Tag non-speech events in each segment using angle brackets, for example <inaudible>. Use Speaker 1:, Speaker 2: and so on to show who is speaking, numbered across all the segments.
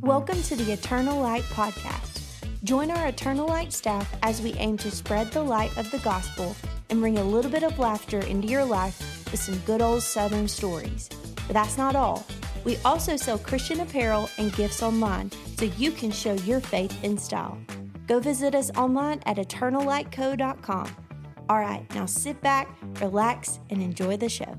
Speaker 1: Welcome to the Eternal Light Podcast. Join our Eternal Light staff as we aim to spread the light of the gospel and bring a little bit of laughter into your life with some good old Southern stories. But that's not all. We also sell Christian apparel and gifts online so you can show your faith in style. Go visit us online at eternallightco.com. All right, now sit back, relax, and enjoy the show.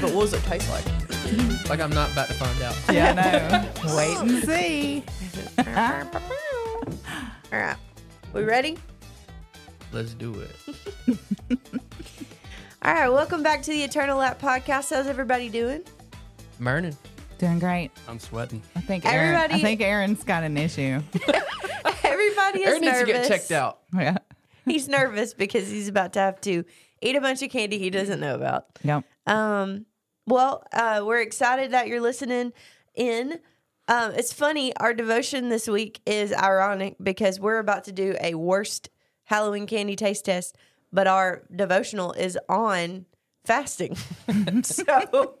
Speaker 2: But what does it taste like?
Speaker 3: <laughs> Like I'm not about to find out.
Speaker 4: Yeah, I know. <laughs> Wait and see. <laughs>
Speaker 2: All right. We ready?
Speaker 3: Let's do it.
Speaker 2: All right. Welcome back to the Eternal Light Podcast. How's everybody doing? <laughs>
Speaker 3: Morning.
Speaker 4: Doing great.
Speaker 3: I'm sweating.
Speaker 4: I think Aaron, I
Speaker 2: Everybody-
Speaker 4: think Aaron's got an issue. <laughs>
Speaker 2: Everybody is
Speaker 3: Aaron needs
Speaker 2: nervous.
Speaker 3: to get checked out.
Speaker 4: yeah.
Speaker 2: He's nervous because he's about to have to eat a bunch of candy he doesn't know about.
Speaker 4: Yep.
Speaker 2: Um, well, uh, we're excited that you're listening in. Um, it's funny, our devotion this week is ironic because we're about to do a worst Halloween candy taste test, but our devotional is on fasting. <laughs> so,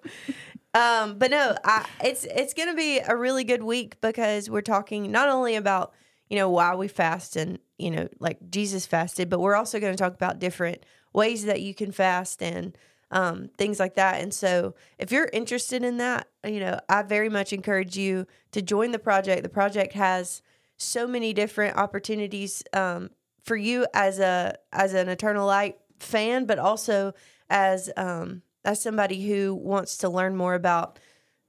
Speaker 2: um, but no, I, it's it's going to be a really good week because we're talking not only about you know why we fast and you know like Jesus fasted, but we're also going to talk about different ways that you can fast and um, things like that. And so, if you're interested in that, you know, I very much encourage you to join the project. The project has so many different opportunities um, for you as a as an Eternal Light fan, but also as um, as somebody who wants to learn more about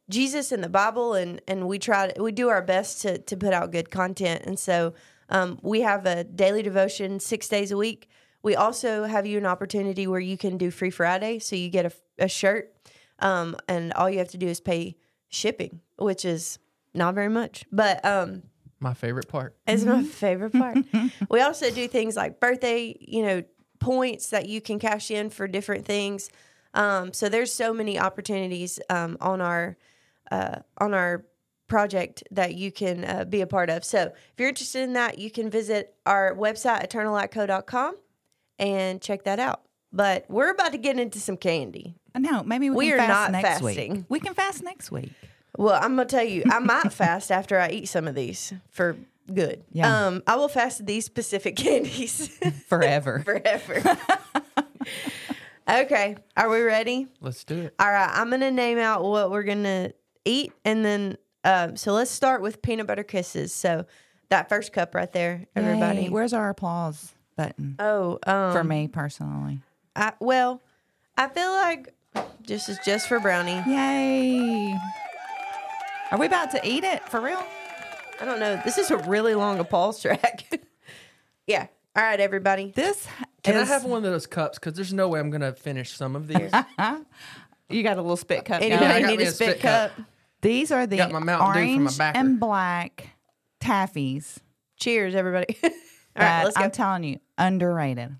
Speaker 2: Jesus and the Bible, and and we try we do our best to to put out good content, and so um, we have a daily devotion six days a week. We also have you an opportunity where you can do Free Friday, so you get a, a shirt, um, and all you have to do is pay shipping, which is not very much, but um,
Speaker 3: My favorite part.
Speaker 2: it's my favorite part. we also do things like birthday, you know, points that you can cash in for different things. Um, so there's so many opportunities um, on our uh, on our project that you can uh, be a part of. So if you're interested in that, you can visit our website eternallightco.com and check that out. But we're about to get into some candy.
Speaker 4: No, maybe we,
Speaker 2: We
Speaker 4: can
Speaker 2: are
Speaker 4: fast
Speaker 2: not
Speaker 4: next
Speaker 2: fasting.
Speaker 4: week. We can fast next week.
Speaker 2: Well, I'm gonna tell you, I might fast after I eat some of these for good.
Speaker 4: Yeah.
Speaker 2: Um, I will fast these specific <laughs> candies.
Speaker 4: Forever.
Speaker 2: <laughs> forever. okay, are we ready?
Speaker 3: Let's do it.
Speaker 2: All right, I'm gonna name out what we're gonna eat, and then um, so let's start with peanut butter kisses. So that first cup right there, everybody.
Speaker 4: Yay. Where's our applause button?
Speaker 2: oh, um,
Speaker 4: for me personally.
Speaker 2: I, well, I feel like this is just for brownie.
Speaker 4: Yay. Are we about to eat it for real?
Speaker 2: I don't know. This is a really long applause track. <laughs> yeah. All right, everybody.
Speaker 4: This
Speaker 3: Can I
Speaker 4: is-
Speaker 3: have one of those cups? Because there's no way I'm gonna finish some of these.
Speaker 4: You got a little spit cup.
Speaker 2: Anybody
Speaker 4: going.
Speaker 3: got
Speaker 2: need
Speaker 3: me
Speaker 2: a spit, cup?
Speaker 4: These are the
Speaker 3: Got my Mountain Dew from my
Speaker 4: orange
Speaker 3: backer.
Speaker 4: and black taffies.
Speaker 2: Cheers, everybody. <laughs> All right,
Speaker 4: that
Speaker 2: let's go.
Speaker 4: I'm telling you, underrated.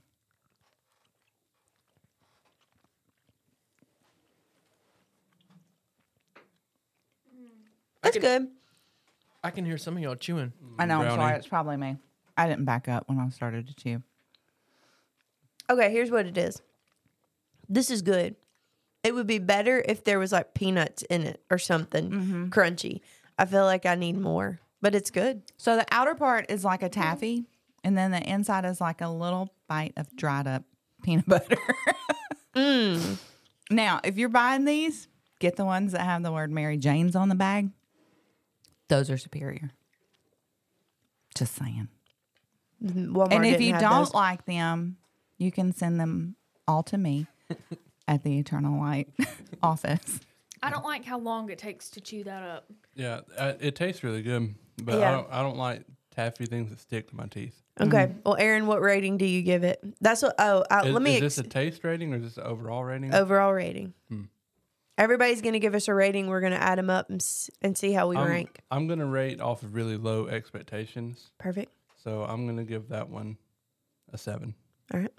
Speaker 2: That's good.
Speaker 3: I can hear some of y'all chewing.
Speaker 4: I know. I'm sorry.
Speaker 3: Brownie.
Speaker 4: It's probably me. I didn't back up when I started to chew.
Speaker 2: Okay, here's what it is. This is good. It would be better if there was like peanuts in it or something
Speaker 4: Mm-hmm.
Speaker 2: crunchy. I feel like I need more, but it's good.
Speaker 4: So the outer part is like a taffy, and then the inside is like a little bite of dried up <laughs> peanut butter. Now, if you're buying these, get the ones that have the word Mary Jane's on the bag. Those are superior. Just saying.
Speaker 2: Mm-hmm. Walmart
Speaker 4: and if
Speaker 2: didn't
Speaker 4: you
Speaker 2: have
Speaker 4: don't
Speaker 2: those.
Speaker 4: like them, you can send them all to me at the Eternal Light <laughs> office.
Speaker 5: I don't like how long it takes to chew that up.
Speaker 6: Yeah, uh, it tastes really good, but
Speaker 2: Yeah.
Speaker 6: I don't. I don't like taffy things that stick to my teeth.
Speaker 2: okay, well, Aaron, what rating do you give it? That's what. Oh, uh,
Speaker 6: Mm-hmm. Is,
Speaker 2: let me
Speaker 6: is this
Speaker 2: ex- Oh.
Speaker 6: a Hmm. taste rating or is this an overall rating?
Speaker 2: overall rating. Everybody's gonna give us a rating. We're gonna add them up and, s- and see how we
Speaker 6: I'm,
Speaker 2: rank.
Speaker 6: I'm gonna rate off of really low expectations,
Speaker 2: Perfect.
Speaker 6: so I'm gonna give that one a seven.
Speaker 2: All right.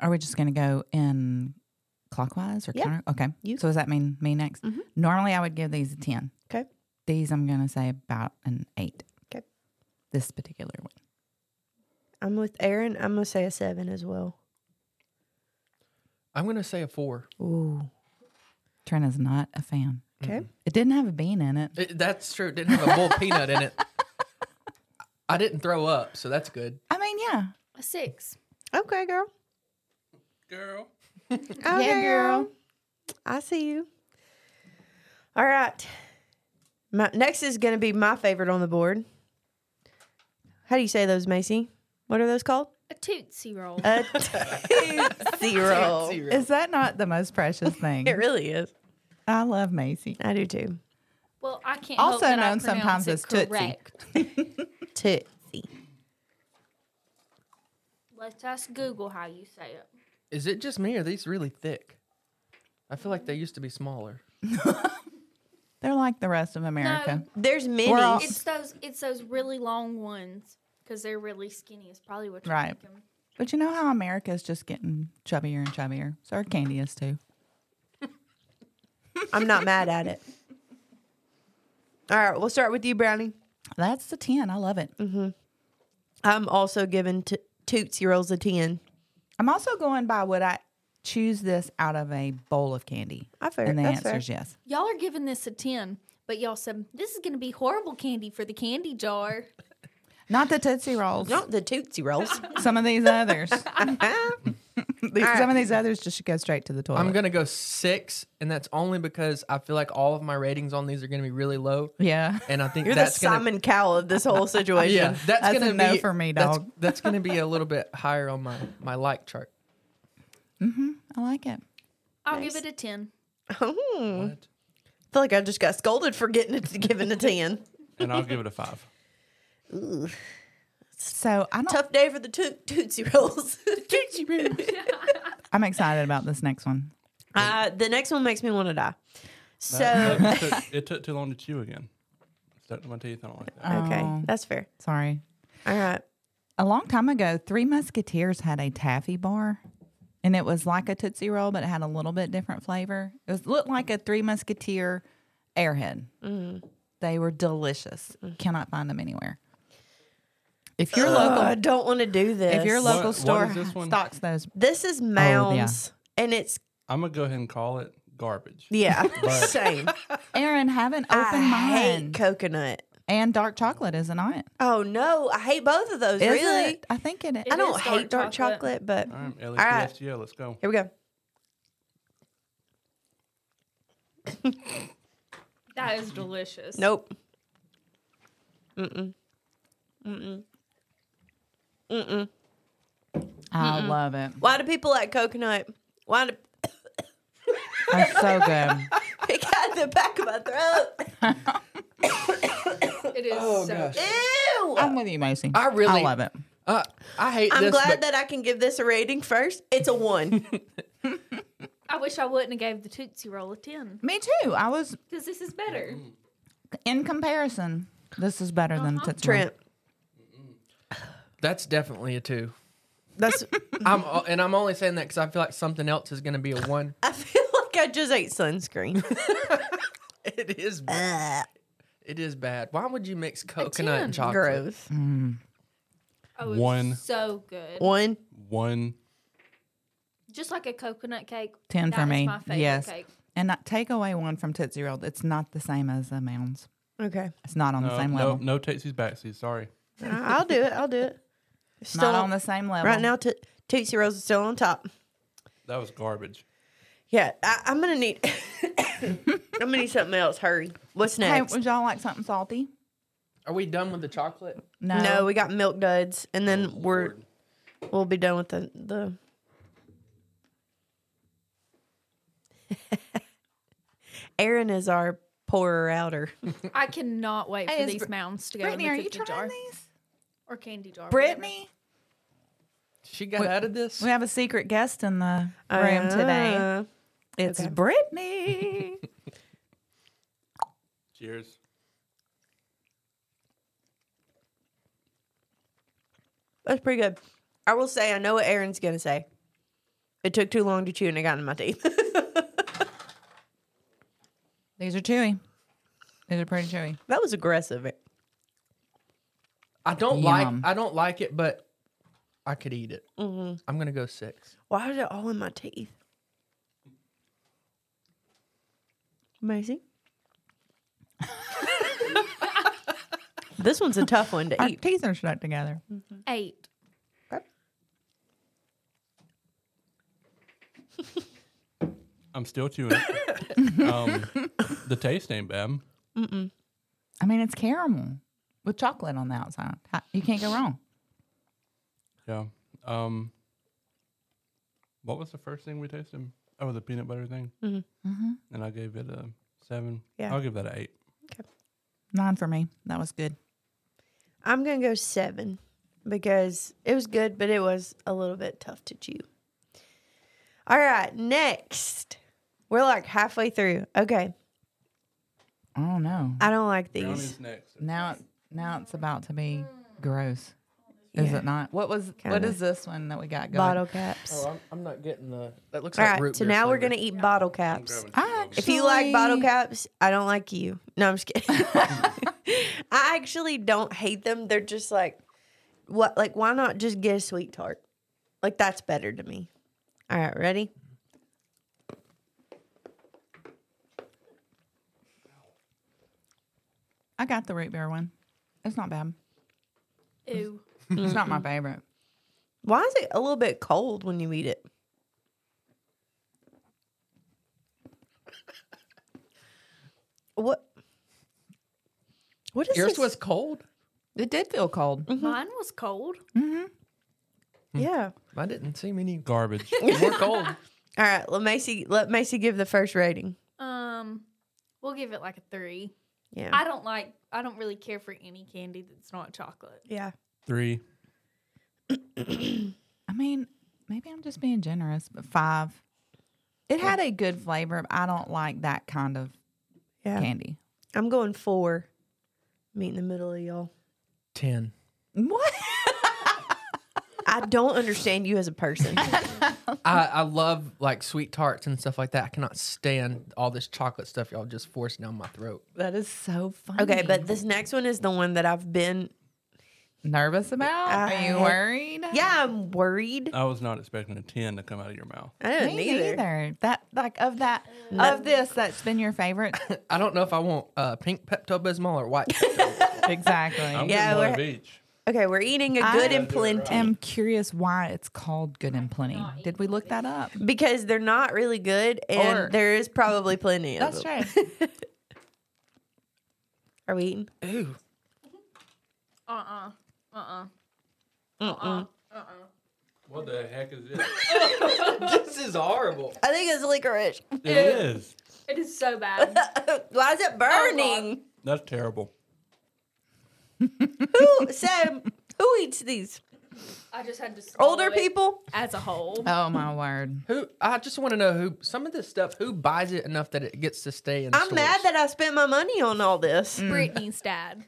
Speaker 4: Are we just going to go in clockwise or
Speaker 2: Yeah.
Speaker 4: counter? Okay.
Speaker 2: You-
Speaker 4: So does that mean me next?
Speaker 5: Mm-hmm.
Speaker 2: Mhm.
Speaker 4: Normally, I would give these a ten.
Speaker 2: Okay.
Speaker 4: These I'm going to say about an eight.
Speaker 2: Okay.
Speaker 4: This particular one.
Speaker 2: I'm with Aaron. I'm gonna say a seven as well.
Speaker 3: I'm gonna say a four.
Speaker 2: Ooh.
Speaker 4: Trent is not a fan.
Speaker 6: Mm-hmm.
Speaker 2: Okay.
Speaker 4: It didn't have a bean in it.
Speaker 3: It- that's true. It didn't have a bull peanut in it. I didn't throw up, so that's good.
Speaker 4: I mean, yeah.
Speaker 5: A six.
Speaker 2: Okay, girl.
Speaker 6: Girl.
Speaker 2: Okay, girl. Oh, I see you. All right. My, next is gonna be my favorite on the board. How do you say those, Macy? What are those <laughs> called?
Speaker 5: A tootsie roll.
Speaker 4: Uh,
Speaker 2: A zero.
Speaker 4: Is that not the most precious
Speaker 5: <laughs>
Speaker 4: thing?
Speaker 2: It really is.
Speaker 4: I love Macy.
Speaker 2: I do too.
Speaker 5: well, I can't. help
Speaker 4: Also
Speaker 5: that I
Speaker 4: known sometimes
Speaker 5: pronounce it
Speaker 4: as Tootsie.
Speaker 5: correct.
Speaker 2: Tootsie.
Speaker 5: Let's ask Google how you say it.
Speaker 3: Is it just me or are these really thick? I feel like they used to be smaller.
Speaker 4: They're like the rest of America.
Speaker 2: There's many.
Speaker 4: We're all-
Speaker 5: It's those. It's those really long ones because they're really skinny. Is probably what you're
Speaker 4: Right.
Speaker 5: thinking.
Speaker 4: But you know how America is just getting chubbier and chubbier. So our candy is too.
Speaker 2: I'm not mad at it. All right, we'll start with you, Brownie.
Speaker 4: That's the 10. I love it.
Speaker 2: I'm also giving to Tootsie Rolls a 10.
Speaker 4: I'm also going by would I choose this out of a bowl of candy?
Speaker 2: I fair-
Speaker 4: And the
Speaker 2: that's
Speaker 4: answer
Speaker 2: fair.
Speaker 4: is yes.
Speaker 5: Y'all are giving this a ten, but y'all said this is gonna be horrible candy for the candy jar.
Speaker 4: Not the Tootsie Rolls.
Speaker 2: Not the Tootsie Rolls.
Speaker 4: Some of these others.
Speaker 2: okay.
Speaker 4: These- Some of these others just should go straight to the toilet.
Speaker 3: I'm gonna go six, and that's only because I feel like all of my ratings on these are gonna be really low,
Speaker 4: yeah.
Speaker 3: and I think
Speaker 2: You're
Speaker 3: that's
Speaker 2: the
Speaker 3: gonna
Speaker 2: Simon Cowell of this whole
Speaker 3: <laughs>
Speaker 2: situation.
Speaker 3: yeah, that's,
Speaker 4: That's
Speaker 3: gonna
Speaker 4: a no
Speaker 3: be
Speaker 4: for me,
Speaker 3: that's-
Speaker 4: dog.
Speaker 3: That's, gonna be a little bit higher on my my like
Speaker 2: <laughs>
Speaker 3: chart.
Speaker 4: I like it.
Speaker 5: I'll give it a ten.
Speaker 2: Hmm.
Speaker 3: What?
Speaker 2: I feel like I just got scolded for getting it given
Speaker 4: <laughs>
Speaker 2: a 10.
Speaker 6: And I'll give it
Speaker 2: <laughs>
Speaker 6: a five.
Speaker 4: So I don't,
Speaker 2: Tough day for the to- Tootsie
Speaker 4: <laughs>
Speaker 2: Rolls. Tootsie Rolls.
Speaker 4: I'm excited about this next one.
Speaker 2: <laughs> Uh, the next one makes me want to die. So,
Speaker 6: That- that took- it took too long to chew again. Stuck to my teeth. I don't like that.
Speaker 2: okay,
Speaker 4: Oh.
Speaker 2: that's fair.
Speaker 4: Sorry.
Speaker 2: All right.
Speaker 4: A long time ago, Three Musketeers had a taffy bar, and it was like a Tootsie Roll, but it had a little bit different flavor. It was looked like a Three Musketeer Airhead.
Speaker 2: Mm-hmm.
Speaker 4: They were delicious. Cannot find them anywhere. If your
Speaker 2: Oh, I
Speaker 4: local,
Speaker 2: don't want to do this.
Speaker 4: if your local
Speaker 6: what
Speaker 4: store
Speaker 6: is this one?
Speaker 4: stocks those,
Speaker 2: This
Speaker 6: Oh,
Speaker 2: is Mounds, and it's
Speaker 6: I'm gonna go ahead and call it garbage. <laughs>
Speaker 2: yeah,
Speaker 6: But-
Speaker 4: <laughs>
Speaker 2: same.
Speaker 4: Aaron, have an open
Speaker 2: I hate
Speaker 4: mind.
Speaker 2: coconut.
Speaker 4: and dark chocolate, isn't it?
Speaker 2: Oh no, I hate both of those.
Speaker 4: Is
Speaker 2: really,
Speaker 4: it? I think it is.
Speaker 2: I
Speaker 5: It
Speaker 2: don't
Speaker 5: is
Speaker 2: hate dark
Speaker 5: dark
Speaker 2: chocolate,
Speaker 5: chocolate.
Speaker 2: but
Speaker 6: All right,
Speaker 2: right.
Speaker 6: LSPSGO, let's go.
Speaker 2: here we go.
Speaker 5: That is delicious.
Speaker 2: Nope.
Speaker 4: I love
Speaker 2: <laughs>
Speaker 4: it.
Speaker 2: Why do people like coconut? Why do <laughs>
Speaker 4: That's so good.
Speaker 2: it got in the back of my throat?
Speaker 5: It is
Speaker 2: Oh,
Speaker 3: Oh,
Speaker 5: so good.
Speaker 2: Ew.
Speaker 4: I'm with you, Macy.
Speaker 3: I really-
Speaker 4: I love it.
Speaker 3: Uh, I hate
Speaker 2: I'm
Speaker 3: this.
Speaker 2: glad
Speaker 3: but
Speaker 2: that I can give this a rating first. It's a
Speaker 4: <laughs>
Speaker 2: one.
Speaker 5: I wish I wouldn't have gave the Tootsie Roll a ten
Speaker 4: Me too. I was
Speaker 5: because this is better.
Speaker 4: in comparison, this is better than Tootsie Roll.
Speaker 2: Trent.
Speaker 3: that's definitely a two.
Speaker 2: That's.
Speaker 3: I'm o- and I'm only saying that because I feel like something else is gonna be a
Speaker 4: <laughs>
Speaker 3: one.
Speaker 2: I feel <laughs> like I just ate sunscreen.
Speaker 3: It is. It is bad. Why would you mix coconut
Speaker 5: 10.
Speaker 3: and chocolate?
Speaker 2: Gross.
Speaker 4: Mm.
Speaker 5: Oh, it's
Speaker 6: One.
Speaker 5: So good.
Speaker 2: One.
Speaker 6: One.
Speaker 5: Just like a coconut cake.
Speaker 4: 10
Speaker 5: that
Speaker 4: for
Speaker 5: is
Speaker 4: me.
Speaker 5: my favorite
Speaker 4: yes.
Speaker 5: cake.
Speaker 4: And not take away one from Tootsie Roll. It's not the same as the Mounds.
Speaker 2: Okay.
Speaker 4: It's not on
Speaker 6: No,
Speaker 4: the same
Speaker 6: no,
Speaker 4: level.
Speaker 6: no takesies backsies. Sorry.
Speaker 2: I- I'll do it. I'll do it. Still
Speaker 4: Not on the same level.
Speaker 2: right now. To Tootsie Rolls is still on top.
Speaker 6: That was garbage.
Speaker 2: Yeah, I, I'm gonna need. <coughs> I'm gonna need something else. Hurry. What's
Speaker 4: Hey,
Speaker 2: next?
Speaker 4: would y'all like something salty?
Speaker 3: Are we done with the chocolate?
Speaker 4: No.
Speaker 2: No, we got milk duds, and then we're we'll be done with the the. <laughs> Aaron is our poorer outer.
Speaker 5: I cannot wait
Speaker 4: Hey,
Speaker 5: for
Speaker 4: is
Speaker 5: these
Speaker 4: Br-
Speaker 5: mounds to go
Speaker 4: Brittany, are
Speaker 5: in the
Speaker 4: you
Speaker 5: cookie
Speaker 4: trying
Speaker 5: jar
Speaker 4: these?
Speaker 5: or candy jar. whatever.
Speaker 4: Brittany?
Speaker 3: She got out of this.
Speaker 4: We have a secret guest in the
Speaker 2: Oh,
Speaker 4: room today.
Speaker 2: Uh,
Speaker 4: It's
Speaker 2: <laughs>
Speaker 4: Brittany.
Speaker 6: Cheers.
Speaker 2: that's pretty good. I will say, I know what Aaron's gonna say. It took too long to chew and it got in my teeth. <laughs>
Speaker 4: These are chewy. These are pretty chewy.
Speaker 2: that was aggressive.
Speaker 3: I don't
Speaker 4: Yum.
Speaker 3: like I don't like it, but I could eat it.
Speaker 2: Mm-hmm.
Speaker 3: I'm gonna go six.
Speaker 2: Why is it all in my teeth? Amazing. this one's a tough one to
Speaker 4: Our
Speaker 2: eat.
Speaker 4: teeth are stuck together.
Speaker 5: Eight.
Speaker 6: I'm still chewing.
Speaker 2: <laughs>
Speaker 6: it. um, the taste ain't bad.
Speaker 4: I mean, it's caramel with chocolate on the outside. How- You can't go wrong.
Speaker 6: Yeah. Um, what was the first thing we tasted? Oh, the peanut butter thing. Mm-hmm. And I gave it a seven.
Speaker 2: Yeah.
Speaker 6: I'll give that an eight.
Speaker 4: Nine for me. That was good.
Speaker 2: I'm gonna go seven because it was good, but it was a little bit tough to chew. All right, next. We're like halfway through. Okay.
Speaker 4: I don't know.
Speaker 2: I don't like these.
Speaker 6: Brownies next.
Speaker 4: Now, it- now it's about to be gross. Is it not? What was? What
Speaker 2: Kinda.
Speaker 4: is this one that we got going?
Speaker 2: Bottle caps.
Speaker 3: I'm, I'm not getting the. That looks
Speaker 2: All
Speaker 3: like
Speaker 2: right,
Speaker 3: Oh, root
Speaker 2: so
Speaker 3: beer
Speaker 2: now we're
Speaker 3: flavor.
Speaker 2: gonna eat bottle caps.
Speaker 4: Actually,
Speaker 2: If you like bottle caps, I don't like you. No, I'm just kidding. <laughs> I actually don't hate them. They're just like, what? Like, why not just get a sweet tart? Like that's better to me. All right, ready?
Speaker 4: I got the root beer one. It's not bad.
Speaker 5: Ooh.
Speaker 4: It's not my favorite.
Speaker 2: Why is it a little bit cold when you eat it? What? What is
Speaker 3: Yours
Speaker 2: this?
Speaker 3: was cold.
Speaker 4: It did feel cold.
Speaker 5: Mine was cold.
Speaker 2: yeah.
Speaker 3: I didn't see many
Speaker 6: Garbage.
Speaker 3: more cold.
Speaker 2: All right, let Macy let Macy give the first rating.
Speaker 5: Um, we'll give it like a three.
Speaker 2: Yeah.
Speaker 5: I don't like. I don't really care for any candy that's not chocolate.
Speaker 2: yeah.
Speaker 6: Three.
Speaker 4: I mean, maybe I'm just being generous, but five. It had a good flavor. But I don't like that kind of
Speaker 2: Yeah.
Speaker 4: candy.
Speaker 2: I'm going four. Meet in the middle of y'all.
Speaker 3: <laughs> Ten.
Speaker 4: What? <laughs>
Speaker 2: I don't understand you as
Speaker 4: <laughs>
Speaker 2: a person.
Speaker 3: I, I love like sweet tarts and stuff like that. I cannot stand all this chocolate stuff y'all just force down my throat.
Speaker 4: That is so funny.
Speaker 2: okay, but this next one is the one that I've been.
Speaker 4: nervous about? Are you
Speaker 2: I-
Speaker 4: worried?
Speaker 2: Yeah, I'm worried.
Speaker 6: I was not expecting a 10 to come out of your mouth.
Speaker 2: I don't
Speaker 4: Me neither.
Speaker 2: either.
Speaker 4: That like of that of this that's been your
Speaker 2: <laughs>
Speaker 4: favorite.
Speaker 3: I don't know if I want uh, pink Pepto <laughs> Bismol or white.
Speaker 6: I'm
Speaker 4: exactly.
Speaker 2: Yeah,
Speaker 6: getting one of
Speaker 2: we're-
Speaker 6: each.
Speaker 2: Okay, we're eating a
Speaker 4: I-
Speaker 2: good and plenty
Speaker 4: I'm curious why it's called Good and Plenty. Did we look that up?
Speaker 2: because they're not really good, and
Speaker 4: Or-
Speaker 2: there is probably plenty of
Speaker 4: That's
Speaker 2: them.
Speaker 4: true.
Speaker 2: <laughs> Are we eating?
Speaker 3: Ooh,
Speaker 5: Uh uh-uh, uh.
Speaker 4: Uh-uh. Mm.
Speaker 6: What the heck is this?
Speaker 3: this is horrible.
Speaker 2: I think
Speaker 4: <laughs>
Speaker 2: it's licorice.
Speaker 6: <laughs> it is.
Speaker 5: <laughs> It is so bad.
Speaker 2: Why is it burning?
Speaker 6: That's terrible.
Speaker 2: <laughs> who, Sam, who eats these?
Speaker 5: I just had to. swallow
Speaker 2: Older
Speaker 5: it
Speaker 2: people?
Speaker 5: as a whole.
Speaker 4: Oh my word.
Speaker 3: Who? I just want to know who. Some of this stuff. Who buys it enough that it gets to stay in?
Speaker 2: I'm mad
Speaker 3: stores?
Speaker 2: that I spent my money on all this.
Speaker 4: Mm.
Speaker 5: Brittany's dad.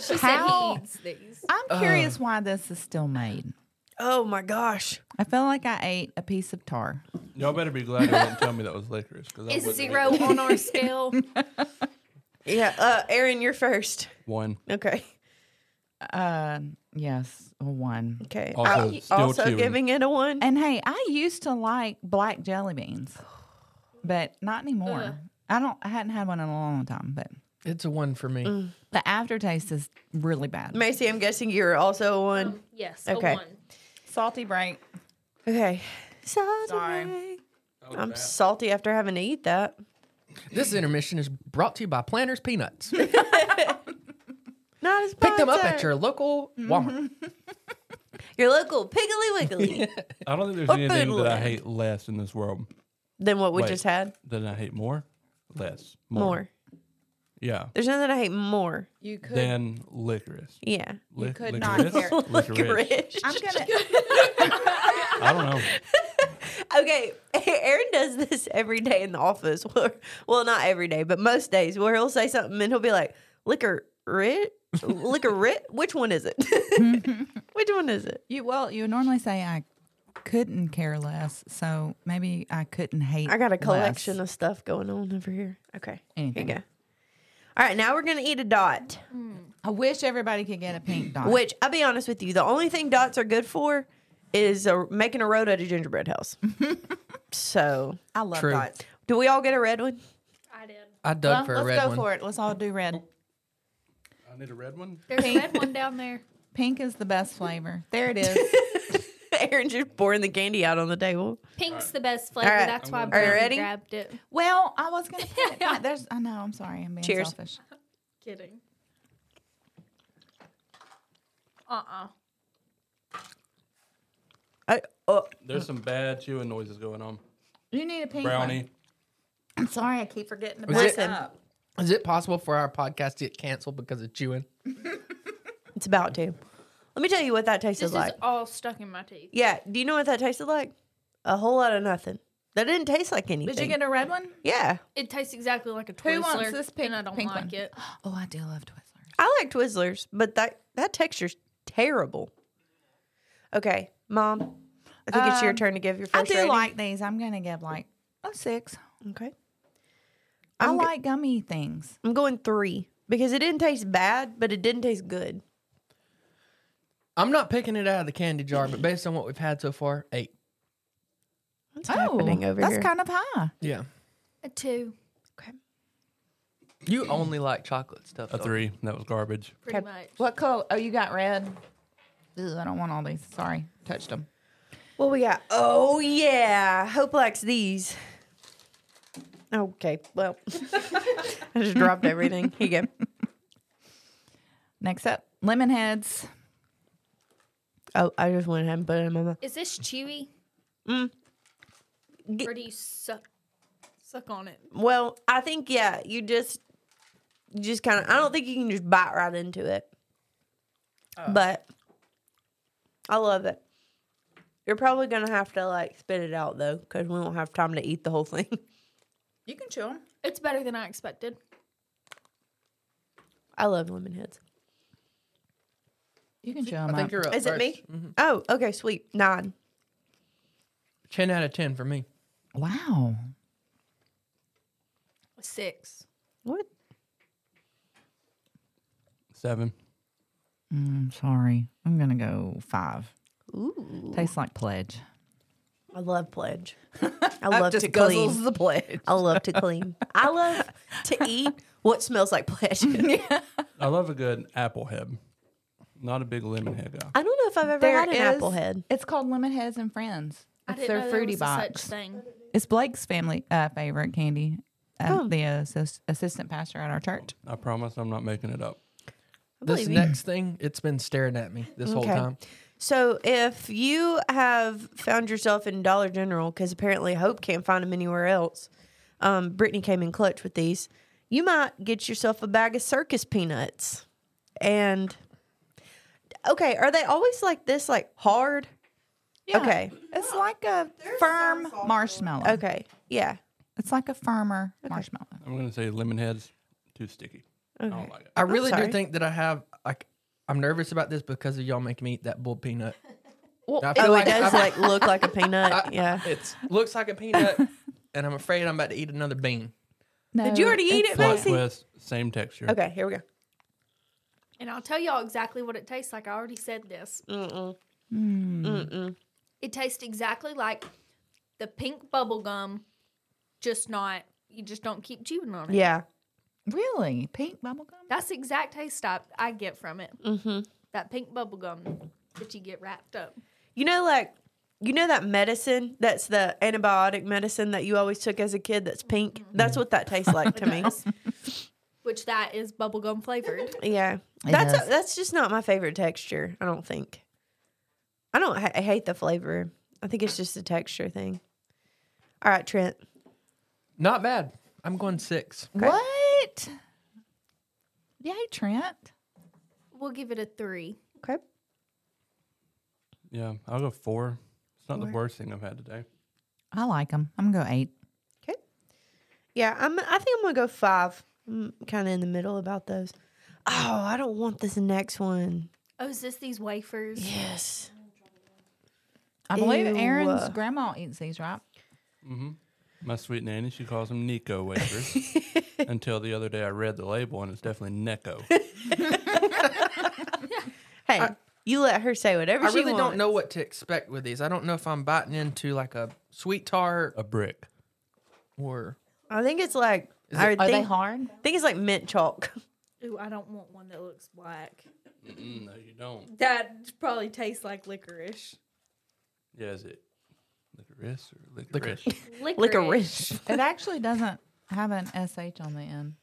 Speaker 5: She
Speaker 4: How-
Speaker 5: said he eats these.
Speaker 4: I'm curious why this is still made.
Speaker 2: Oh my gosh.
Speaker 4: I feel like I ate a piece of tar.
Speaker 6: Y'all better be glad you didn't tell me that was licorice. 'cause I
Speaker 5: Is
Speaker 6: wouldn't eat
Speaker 5: zero
Speaker 6: it.
Speaker 5: on our
Speaker 4: <laughs>
Speaker 5: scale?
Speaker 2: Yeah, uh, Aaron, you're first.
Speaker 6: One.
Speaker 2: Okay.
Speaker 4: Uh, yes, a one.
Speaker 2: Okay.
Speaker 6: Also
Speaker 2: I-
Speaker 6: still
Speaker 2: also
Speaker 6: chewing.
Speaker 2: giving it a one.
Speaker 4: And hey, I used to like black jelly beans, but not anymore. I don't. I hadn't had one in a long time, but
Speaker 3: It's a one for me.
Speaker 4: the aftertaste is really bad.
Speaker 2: Macy, I'm guessing you're also a one.
Speaker 5: yes.
Speaker 4: Oh.
Speaker 2: Okay.
Speaker 5: A one.
Speaker 4: Salty break.
Speaker 2: okay. Salty.
Speaker 4: Sorry.
Speaker 2: I'm salty after having to eat that.
Speaker 3: This intermission is brought to you by Planters
Speaker 4: <laughs>
Speaker 3: Peanuts.
Speaker 2: Not as
Speaker 3: Pick them up at your local
Speaker 4: Mm-hmm.
Speaker 3: Walmart.
Speaker 2: your local Piggly Wiggly.
Speaker 6: I don't think there's
Speaker 2: Or
Speaker 6: anything that
Speaker 2: Foodland.
Speaker 6: I hate less in this world
Speaker 2: than what we
Speaker 6: Wait.
Speaker 2: just had.
Speaker 6: than I hate more. Less. More.
Speaker 2: More.
Speaker 6: Yeah.
Speaker 2: There's nothing I hate more.
Speaker 4: You could.
Speaker 6: Than licorice.
Speaker 2: Yeah.
Speaker 6: Lic-
Speaker 4: could not care-
Speaker 2: <laughs>
Speaker 6: <laughs> Licorice.
Speaker 2: Licorice.
Speaker 4: I'm gonna.
Speaker 6: I don't know.
Speaker 2: Okay, <laughs> Aaron does this every day in the office. <laughs> Well, not every day, but most days where he'll say something and he'll be like, liquor rit? Liquor rit? <laughs> Which one is it? Which one is it?
Speaker 4: You well, you would normally say I couldn't care less. So maybe I couldn't hate.
Speaker 2: I got a
Speaker 4: less.
Speaker 2: collection of stuff going on over here. Okay.
Speaker 4: Anything.
Speaker 2: Here you go. All right, now we're gonna eat a dot.
Speaker 4: I wish everybody could get a pink dot.
Speaker 2: Which I'll be honest with you, the only thing dots are good for is uh making a road at a gingerbread house. so,
Speaker 4: I love
Speaker 3: True.
Speaker 4: dots.
Speaker 2: do we all get a red one? <laughs>
Speaker 5: I did.
Speaker 3: I dug
Speaker 4: Well,
Speaker 3: for a
Speaker 4: let's
Speaker 3: red
Speaker 4: go
Speaker 3: one.
Speaker 4: for it. Let's all do red.
Speaker 6: <laughs> I need a red one.
Speaker 5: There's a red one down there.
Speaker 4: Pink is the best flavor. There it
Speaker 2: <laughs>
Speaker 4: is.
Speaker 2: Aaron just pouring the candy out on the table.
Speaker 5: Pink's the best flavor.
Speaker 2: All right.
Speaker 5: That's why
Speaker 6: Are you
Speaker 5: Brandon
Speaker 2: ready?
Speaker 5: grabbed it.
Speaker 4: well, I was gonna. Put
Speaker 2: <laughs>
Speaker 4: it back. There's. I know. I'm sorry. I'm being
Speaker 2: Cheers.
Speaker 4: selfish.
Speaker 5: Kidding. Uh uh
Speaker 2: I, oh,
Speaker 6: There's some bad chewing noises going on.
Speaker 4: You need a pink
Speaker 6: Brownie.
Speaker 4: One. I'm <clears throat> sorry. I keep forgetting to
Speaker 3: Was
Speaker 4: mess
Speaker 3: it-
Speaker 4: up.
Speaker 3: Is it possible for our podcast to get canceled because of chewing?
Speaker 2: it's about to. Let me tell you what that tasted
Speaker 5: This
Speaker 2: like.
Speaker 5: is all stuck in my teeth.
Speaker 2: yeah, do you know what that tasted like? A whole lot of nothing. That didn't taste like anything.
Speaker 4: Did you get a red one?
Speaker 2: yeah,
Speaker 5: It tastes exactly like a Twizzler.
Speaker 4: Who wants this pink-
Speaker 5: and I don't
Speaker 4: pink
Speaker 5: like
Speaker 4: one?
Speaker 5: it.
Speaker 4: Oh, I do love Twizzlers.
Speaker 2: I like Twizzlers, but that that texture's terrible. Okay, mom, I think it's your
Speaker 4: Um,
Speaker 2: turn to give your
Speaker 4: I
Speaker 2: first.
Speaker 4: do
Speaker 2: rating.
Speaker 4: like these. I'm gonna give like a six.
Speaker 2: Okay,
Speaker 4: I
Speaker 2: I'm go-
Speaker 4: like gummy things.
Speaker 2: I'm going three because it didn't taste bad, but it didn't taste good.
Speaker 3: I'm not picking it out of the candy jar, but based on what we've had so far, eight.
Speaker 2: What's happening over
Speaker 4: Oh, that's
Speaker 2: here?
Speaker 4: kind of high.
Speaker 3: Yeah.
Speaker 4: Uh,
Speaker 5: A two,
Speaker 3: You only like chocolate stuff.
Speaker 6: A
Speaker 3: though.
Speaker 6: three. That was garbage.
Speaker 5: pretty much.
Speaker 4: What color? Oh, you got red. Ew, I don't want all these. Sorry, touched them.
Speaker 2: Well, we got. Oh yeah, Hope likes these. Okay, well, <laughs> I just dropped everything. Here you go.
Speaker 4: Next up, lemon heads.
Speaker 2: Oh, I just went ahead and put it in my mouth.
Speaker 5: Is this chewy?
Speaker 4: Mm.
Speaker 5: Or do you suck suck on it?
Speaker 2: Well, I think yeah, you just, you just kind of. I don't think you can just bite right into it, but I love it. You're probably gonna have to like spit it out though, because we won't have time to eat the whole thing. <laughs>
Speaker 4: You can chew them.
Speaker 5: It's better than I expected.
Speaker 2: I love lemon heads.
Speaker 4: You can chew them.
Speaker 3: I think you're up.
Speaker 2: Is it
Speaker 3: first.
Speaker 2: me? Oh, okay, sweet nine.
Speaker 3: 10 out of 10 for me.
Speaker 4: Wow.
Speaker 5: A six.
Speaker 2: What?
Speaker 6: Seven.
Speaker 4: I'm sorry. I'm gonna go five.
Speaker 2: Ooh,
Speaker 4: Tastes like pledge.
Speaker 2: I love <laughs> pledge. I love to clean.
Speaker 4: guzzles the pledge.
Speaker 2: I love to clean. I love <laughs> to eat what smells like <laughs> pleasure.
Speaker 6: I love a good apple head. Not a big lemon head guy.
Speaker 2: I don't know if I've ever had an apple head.
Speaker 4: It's called lemon heads and friends.
Speaker 5: I
Speaker 4: It's
Speaker 5: didn't
Speaker 4: their
Speaker 5: know there
Speaker 4: fruity
Speaker 5: was a
Speaker 4: box.
Speaker 5: Such thing.
Speaker 4: It's Blake's family uh, favorite candy. Uh,
Speaker 2: Oh.
Speaker 4: The uh, assis- assistant pastor at our church.
Speaker 6: I promise I'm not making it up.
Speaker 3: This next thing, it's been staring at me this whole
Speaker 2: Okay.
Speaker 3: time.
Speaker 2: So if you have found yourself in Dollar General, because apparently Hope can't find them anywhere else, um, Brittany came in clutch with these. You might get yourself a bag of circus peanuts. And okay, are they always like this, like hard? Okay.
Speaker 4: It's like a firm marshmallow.
Speaker 2: Okay. Yeah.
Speaker 4: It's like a firmer marshmallow.
Speaker 6: I'm gonna say lemon heads. Too sticky. I don't like it.
Speaker 3: I really do
Speaker 2: sorry.
Speaker 3: think that I have, like, I'm nervous about this because of y'all making me eat that bull peanut. I
Speaker 2: Oh,
Speaker 3: feel
Speaker 2: it does
Speaker 3: I-
Speaker 2: like look like a <laughs> peanut. Yeah.
Speaker 3: It looks like a peanut, <laughs> and I'm afraid I'm about to eat another bean.
Speaker 4: No,
Speaker 2: Did you already eat
Speaker 4: it's
Speaker 2: it,
Speaker 6: Plot
Speaker 4: like-
Speaker 2: Macy?
Speaker 6: twist. Same texture.
Speaker 2: Okay, here we go.
Speaker 5: And I'll tell y'all exactly what it tastes like. I already said this.
Speaker 2: Mm-mm.
Speaker 5: It tastes exactly like the pink bubble gum, just not. You just don't keep chewing on it.
Speaker 2: Yeah.
Speaker 4: Really? Pink bubblegum?
Speaker 5: That's the exact taste I, I get from it. Mm-hmm. That pink bubble gum that you get wrapped up.
Speaker 2: You know, like you know that medicine that's the antibiotic medicine that you always took as a kid that's pink? That's what that tastes like <laughs> to me.
Speaker 5: Which that is bubble gum flavored.
Speaker 2: <laughs> Yeah.
Speaker 4: It
Speaker 2: That's
Speaker 4: does.
Speaker 2: a, that's just not my favorite texture, I don't think. I don't ha- I hate the flavor. I think it's just a texture thing. All right, Trent.
Speaker 3: Not bad. I'm going six.
Speaker 4: What? Yay, Trent.
Speaker 5: We'll give it a three.
Speaker 2: Okay.
Speaker 6: Yeah, I'll go four. It's not the worst thing I've had today.
Speaker 4: I like them. I'm going to go eight.
Speaker 2: Okay. Yeah, I'm I think I'm going to go 5. I'm kind of in the middle about those. Oh, I don't want this next one.
Speaker 5: Oh, is this these wafers?
Speaker 2: Yes.
Speaker 4: I believe
Speaker 2: Ew.
Speaker 4: Aaron's grandma eats these, right?
Speaker 6: My sweet nanny, she calls them
Speaker 2: <laughs>
Speaker 6: Nico wafers. until the other day, I read the label and it's definitely Necco.
Speaker 2: Hey, you let her say whatever
Speaker 3: I
Speaker 2: she
Speaker 3: really
Speaker 2: wants.
Speaker 3: don't know what to expect with these. I don't know if I'm biting into like a sweet tart
Speaker 6: A brick.
Speaker 3: or
Speaker 2: I think it's like I
Speaker 4: Are they
Speaker 2: think, <laughs>
Speaker 4: hard?
Speaker 2: think it's like mint chalk. <laughs>
Speaker 5: Ooh, I don't want one that looks black.
Speaker 6: No, you don't.
Speaker 5: That probably tastes like licorice.
Speaker 6: Yeah, is it licorice or licorice?
Speaker 3: Licorice.
Speaker 5: Licorice.
Speaker 2: Licorice.
Speaker 4: It actually doesn't have an sh on the end.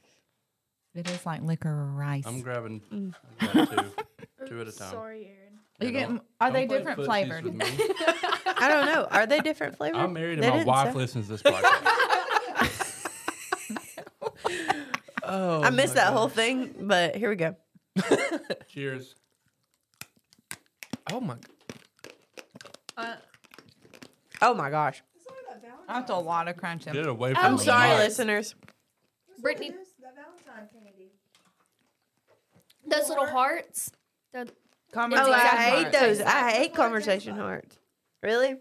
Speaker 4: It is like liquor rice.
Speaker 6: I'm grabbing,
Speaker 2: <laughs> Mm.
Speaker 6: I'm grabbing two, two at a time.
Speaker 5: Sorry, Aaron.
Speaker 4: You
Speaker 6: Yeah,
Speaker 4: get,
Speaker 6: don't-
Speaker 4: are they
Speaker 6: don't play
Speaker 4: different
Speaker 6: footsies
Speaker 4: flavored? <laughs>
Speaker 6: with me.
Speaker 2: I don't know. Are they different flavors?
Speaker 6: <laughs> I'm married
Speaker 2: They
Speaker 6: and my
Speaker 2: didn't
Speaker 6: wife
Speaker 2: say.
Speaker 6: listens to
Speaker 2: <laughs>
Speaker 6: this podcast.
Speaker 3: Oh,
Speaker 2: I missed that whole thing, but here we go.
Speaker 6: Cheers.
Speaker 3: oh my! g-
Speaker 5: Uh,
Speaker 2: Oh my gosh.
Speaker 4: That's a lot of crunching.
Speaker 6: Get it away from
Speaker 5: I'm
Speaker 2: I'm
Speaker 6: the
Speaker 2: sorry,
Speaker 6: mic.
Speaker 2: listeners.
Speaker 5: Brittany. Those little hearts. The-
Speaker 2: Oh, I
Speaker 5: Exactly.
Speaker 2: hate those. I hate conversation hearts. Really?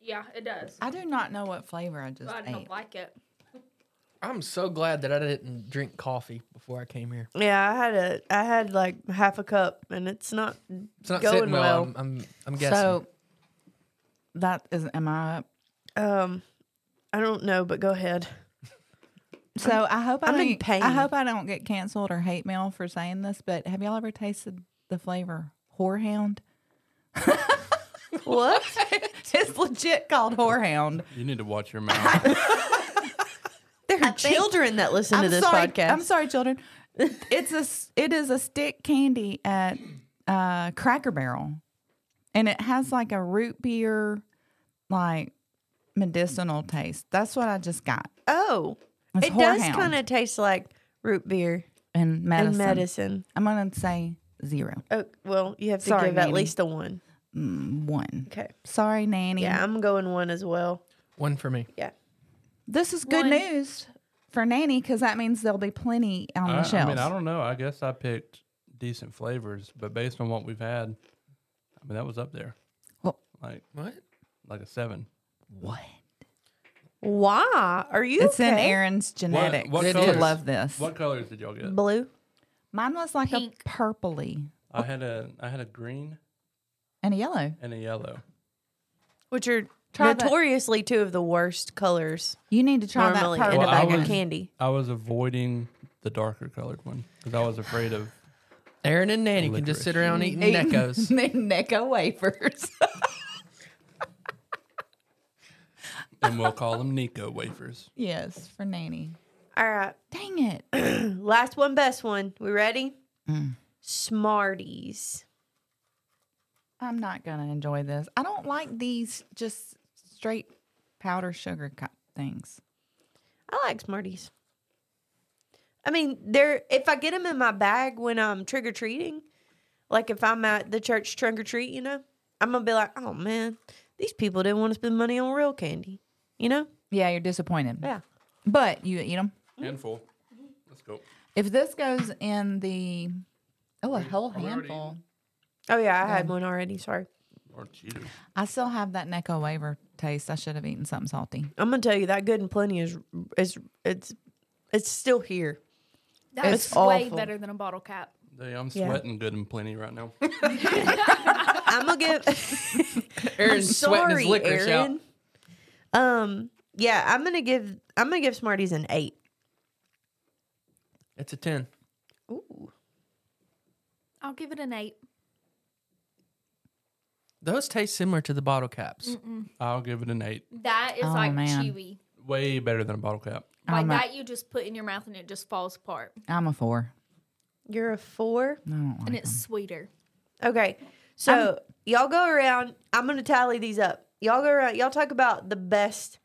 Speaker 5: yeah, it does.
Speaker 4: I do not know what flavor I just
Speaker 5: I
Speaker 4: ate.
Speaker 5: don't like it.
Speaker 3: I'm so glad that I didn't drink coffee before I came here.
Speaker 2: Yeah, I had a I had like half a cup and it's not
Speaker 3: It's not
Speaker 2: Going
Speaker 3: sitting well.
Speaker 2: well.
Speaker 3: I'm, I'm, I'm guessing.
Speaker 4: So that is, am I up?
Speaker 2: um I don't know, but go ahead.
Speaker 4: So I hope I
Speaker 2: I'm
Speaker 4: don't,
Speaker 2: in pain.
Speaker 4: I hope I don't get canceled or hate mail for saying this, but have y'all ever tasted the flavor whorehound?
Speaker 2: <laughs>
Speaker 4: <laughs>
Speaker 2: What?
Speaker 4: it's legit called whorehound.
Speaker 6: You need to
Speaker 2: <laughs>
Speaker 6: watch your mouth.
Speaker 2: There are children that listen to this
Speaker 4: sorry,
Speaker 2: podcast.
Speaker 4: I'm sorry, children. It's a s- it is a stick candy at uh, Cracker Barrel, and it has like a root beer, like medicinal taste. That's what I just got.
Speaker 2: Oh.
Speaker 4: It's
Speaker 2: it does
Speaker 4: whorehound
Speaker 2: kind of taste like root beer
Speaker 4: and medicine.
Speaker 2: and medicine.
Speaker 4: I'm gonna say zero
Speaker 2: Oh well, you have to
Speaker 4: Sorry,
Speaker 2: give at
Speaker 4: Nanny.
Speaker 2: least a one.
Speaker 4: Mm, one.
Speaker 2: Okay.
Speaker 4: Sorry, nanny.
Speaker 2: Yeah, I'm going one as well.
Speaker 3: One for me.
Speaker 2: Yeah.
Speaker 4: This is good
Speaker 5: One.
Speaker 4: news for nanny because that means there'll be plenty on
Speaker 6: I,
Speaker 4: the
Speaker 6: I
Speaker 4: shelves.
Speaker 6: mean, I don't know. I guess I picked decent flavors, but based on what we've had, I mean, that was up there.
Speaker 4: Well-
Speaker 6: Like,
Speaker 3: What?
Speaker 6: like a seven.
Speaker 4: what?
Speaker 2: Why? Are you
Speaker 4: It's in
Speaker 2: okay?
Speaker 4: Aaron's genetics.
Speaker 6: what
Speaker 4: I
Speaker 6: colors?
Speaker 4: love this.
Speaker 6: What colors did y'all get?
Speaker 2: blue.
Speaker 4: Mine was like
Speaker 5: Pink.
Speaker 4: a purpley
Speaker 6: I had a I had a green
Speaker 4: and a yellow.
Speaker 6: and a yellow.
Speaker 2: which are
Speaker 4: Try that-
Speaker 2: notoriously two of the worst colors
Speaker 4: You need to try
Speaker 2: normally
Speaker 4: that
Speaker 2: in
Speaker 4: purple.
Speaker 2: a
Speaker 6: Well, I
Speaker 2: bag of
Speaker 4: <laughs>
Speaker 6: was-
Speaker 2: candy.
Speaker 6: I was avoiding the darker colored one because I was afraid of.
Speaker 3: Aaron and Nanny can just sit around eating
Speaker 4: <laughs>
Speaker 3: Neckos.
Speaker 4: Necco wafers. <laughs>
Speaker 6: And we'll call them Nico wafers.
Speaker 4: yes, for nanny.
Speaker 2: All right, <clears throat>
Speaker 4: Dang it.
Speaker 2: last one, best one. We ready?
Speaker 4: Mm.
Speaker 2: Smarties.
Speaker 4: I'm not going to enjoy this. I don't like these just straight powder sugar cup things.
Speaker 2: I like Smarties. I mean, they're if I get them in my bag when I'm trick or treating, like if I'm at the church trick or treat, you know, I'm gonna be like, oh man, these people didn't want to spend money on real candy, you know?
Speaker 4: Yeah, you're disappointed.
Speaker 2: Yeah.
Speaker 4: But you eat them.
Speaker 6: Handful. Let's go.
Speaker 4: If this goes in the, oh, a whole handful.
Speaker 2: Oh yeah, I had one already. Sorry,
Speaker 6: Or Cheetos.
Speaker 4: I still have that Necco wafer taste. I should have eaten something salty.
Speaker 2: I'm gonna tell you that good and plenty is is it's it's still here.
Speaker 5: That's
Speaker 2: It's
Speaker 5: way
Speaker 2: awful.
Speaker 5: better than a bottle cap.
Speaker 6: Hey, I'm
Speaker 2: Yeah.
Speaker 6: sweating good and plenty right now.
Speaker 2: I'm gonna give. <laughs>
Speaker 3: Aaron's sweating
Speaker 2: sorry,
Speaker 3: his licorice
Speaker 2: Aaron.
Speaker 3: out.
Speaker 2: Um, yeah, I'm gonna give I'm gonna give Smarties an eight.
Speaker 3: It's a ten.
Speaker 2: Ooh,
Speaker 5: I'll give it an eight.
Speaker 3: Those taste similar to the bottle caps.
Speaker 6: I'll give it an eight.
Speaker 5: That is
Speaker 4: Oh,
Speaker 5: like
Speaker 4: man.
Speaker 5: chewy.
Speaker 6: Way better than a bottle cap.
Speaker 5: Like
Speaker 4: I'm a-
Speaker 5: that you just put in your mouth and it just falls apart.
Speaker 4: I'm a four.
Speaker 2: you're a four.
Speaker 4: I don't like
Speaker 5: And it's sweeter.
Speaker 2: Okay, so y'all go around. I'm gonna tally these up. Y'all go around. Y'all talk about the best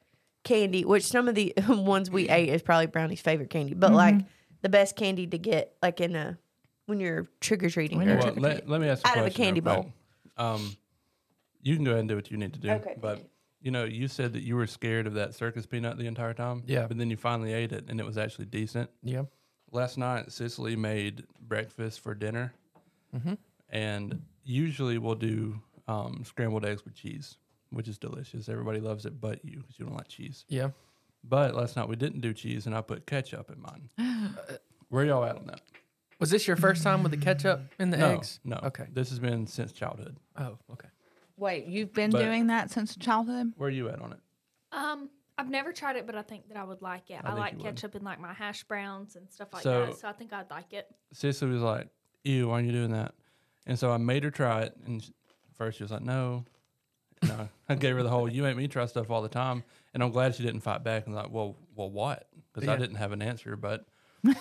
Speaker 2: candy, which some of the <laughs> ones we ate is probably Brownie's favorite candy,
Speaker 4: Mm-hmm.
Speaker 2: but like the best candy to get like in a when you're trick or treating.
Speaker 4: When you're
Speaker 6: Well, let, let me ask you
Speaker 2: Out of a candy bowl.
Speaker 6: Um, you can go ahead and do what you need to do.
Speaker 2: Okay.
Speaker 6: But you know, you said that you were scared of that circus peanut the entire time.
Speaker 3: Yeah.
Speaker 6: But then you finally ate it, and it was actually decent.
Speaker 3: Yeah. Mm-hmm.
Speaker 6: Last night, Cicely made breakfast for dinner, and usually we'll do um, scrambled eggs with cheese, which is delicious. Everybody loves it, but you, because you don't like cheese.
Speaker 3: Yeah.
Speaker 6: But last night we didn't do cheese, and I put ketchup in mine.
Speaker 3: <gasps>
Speaker 6: Where y'all at on that?
Speaker 3: Was this your first time with the ketchup in the
Speaker 6: No,
Speaker 3: eggs?
Speaker 6: no.
Speaker 3: Okay.
Speaker 6: this has been since childhood.
Speaker 3: Oh, okay.
Speaker 4: Wait, you've been
Speaker 6: But-
Speaker 4: doing that since childhood?
Speaker 6: Where are you at on it?
Speaker 5: Um, I've never tried it, but I think that I would like it. I,
Speaker 6: think
Speaker 5: like
Speaker 6: you would.
Speaker 5: ketchup and like my hash browns and stuff like
Speaker 6: So-
Speaker 5: that. So I think I'd like it.
Speaker 6: Cicely was like, "Ew, why are you doing that?" And so I made her try it, and sh first she was like, "No." And I, <laughs> I gave her the whole, "You make me try stuff all the time," and I'm glad she didn't fight back and like, "Well, well, what?" Because I
Speaker 3: Yeah.
Speaker 6: didn't have an answer, but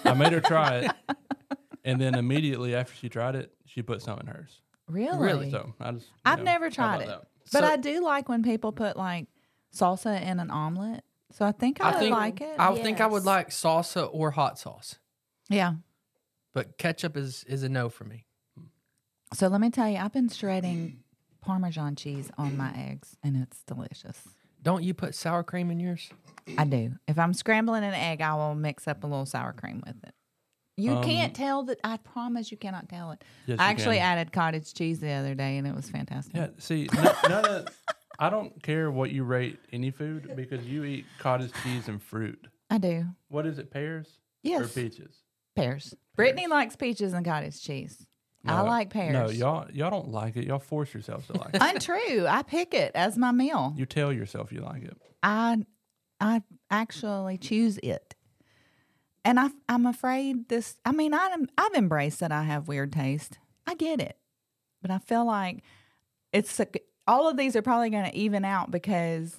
Speaker 6: I made her try it,
Speaker 4: <laughs>
Speaker 6: and then immediately after she tried it, she put some in hers.
Speaker 4: Really?
Speaker 6: So I just you
Speaker 4: I've
Speaker 6: know,
Speaker 4: never
Speaker 6: how about
Speaker 4: tried it,
Speaker 6: that?
Speaker 4: but
Speaker 3: So-
Speaker 4: I do like when people put like salsa in an omelet. So I think
Speaker 3: I
Speaker 4: I, would
Speaker 3: think-
Speaker 4: like it.
Speaker 3: I think I would
Speaker 5: Yes.
Speaker 3: like salsa or hot sauce,
Speaker 4: yeah.
Speaker 3: but ketchup is is a no for me.
Speaker 4: So let me tell you, I've been shredding Parmesan cheese on my eggs, and it's delicious.
Speaker 3: Don't you put sour cream in yours?
Speaker 4: I do. If I'm scrambling an egg, I will mix up a little sour cream with it. You can't tell that. I promise you cannot tell it.
Speaker 6: Um, Yes,
Speaker 4: I
Speaker 6: you
Speaker 4: actually
Speaker 6: can.
Speaker 4: added cottage cheese the other day, and it was fantastic.
Speaker 6: Yeah, see, no, none of, I don't care what you rate any food because you eat cottage cheese and fruit.
Speaker 4: I do.
Speaker 6: What is it? Pears or
Speaker 4: Yes,
Speaker 6: peaches?
Speaker 4: pears. Brittany likes peaches and cottage cheese. I
Speaker 6: No,
Speaker 4: like pears.
Speaker 6: No, y'all y'all don't like it. Y'all force yourselves to
Speaker 4: <laughs>
Speaker 6: like it.
Speaker 4: Untrue. I pick it as my meal.
Speaker 6: You tell yourself you like it.
Speaker 4: I I actually choose it. And I I'm afraid this I mean I I've embraced that I have weird taste. I get it. But I feel like it's a- all of these are probably going to even out because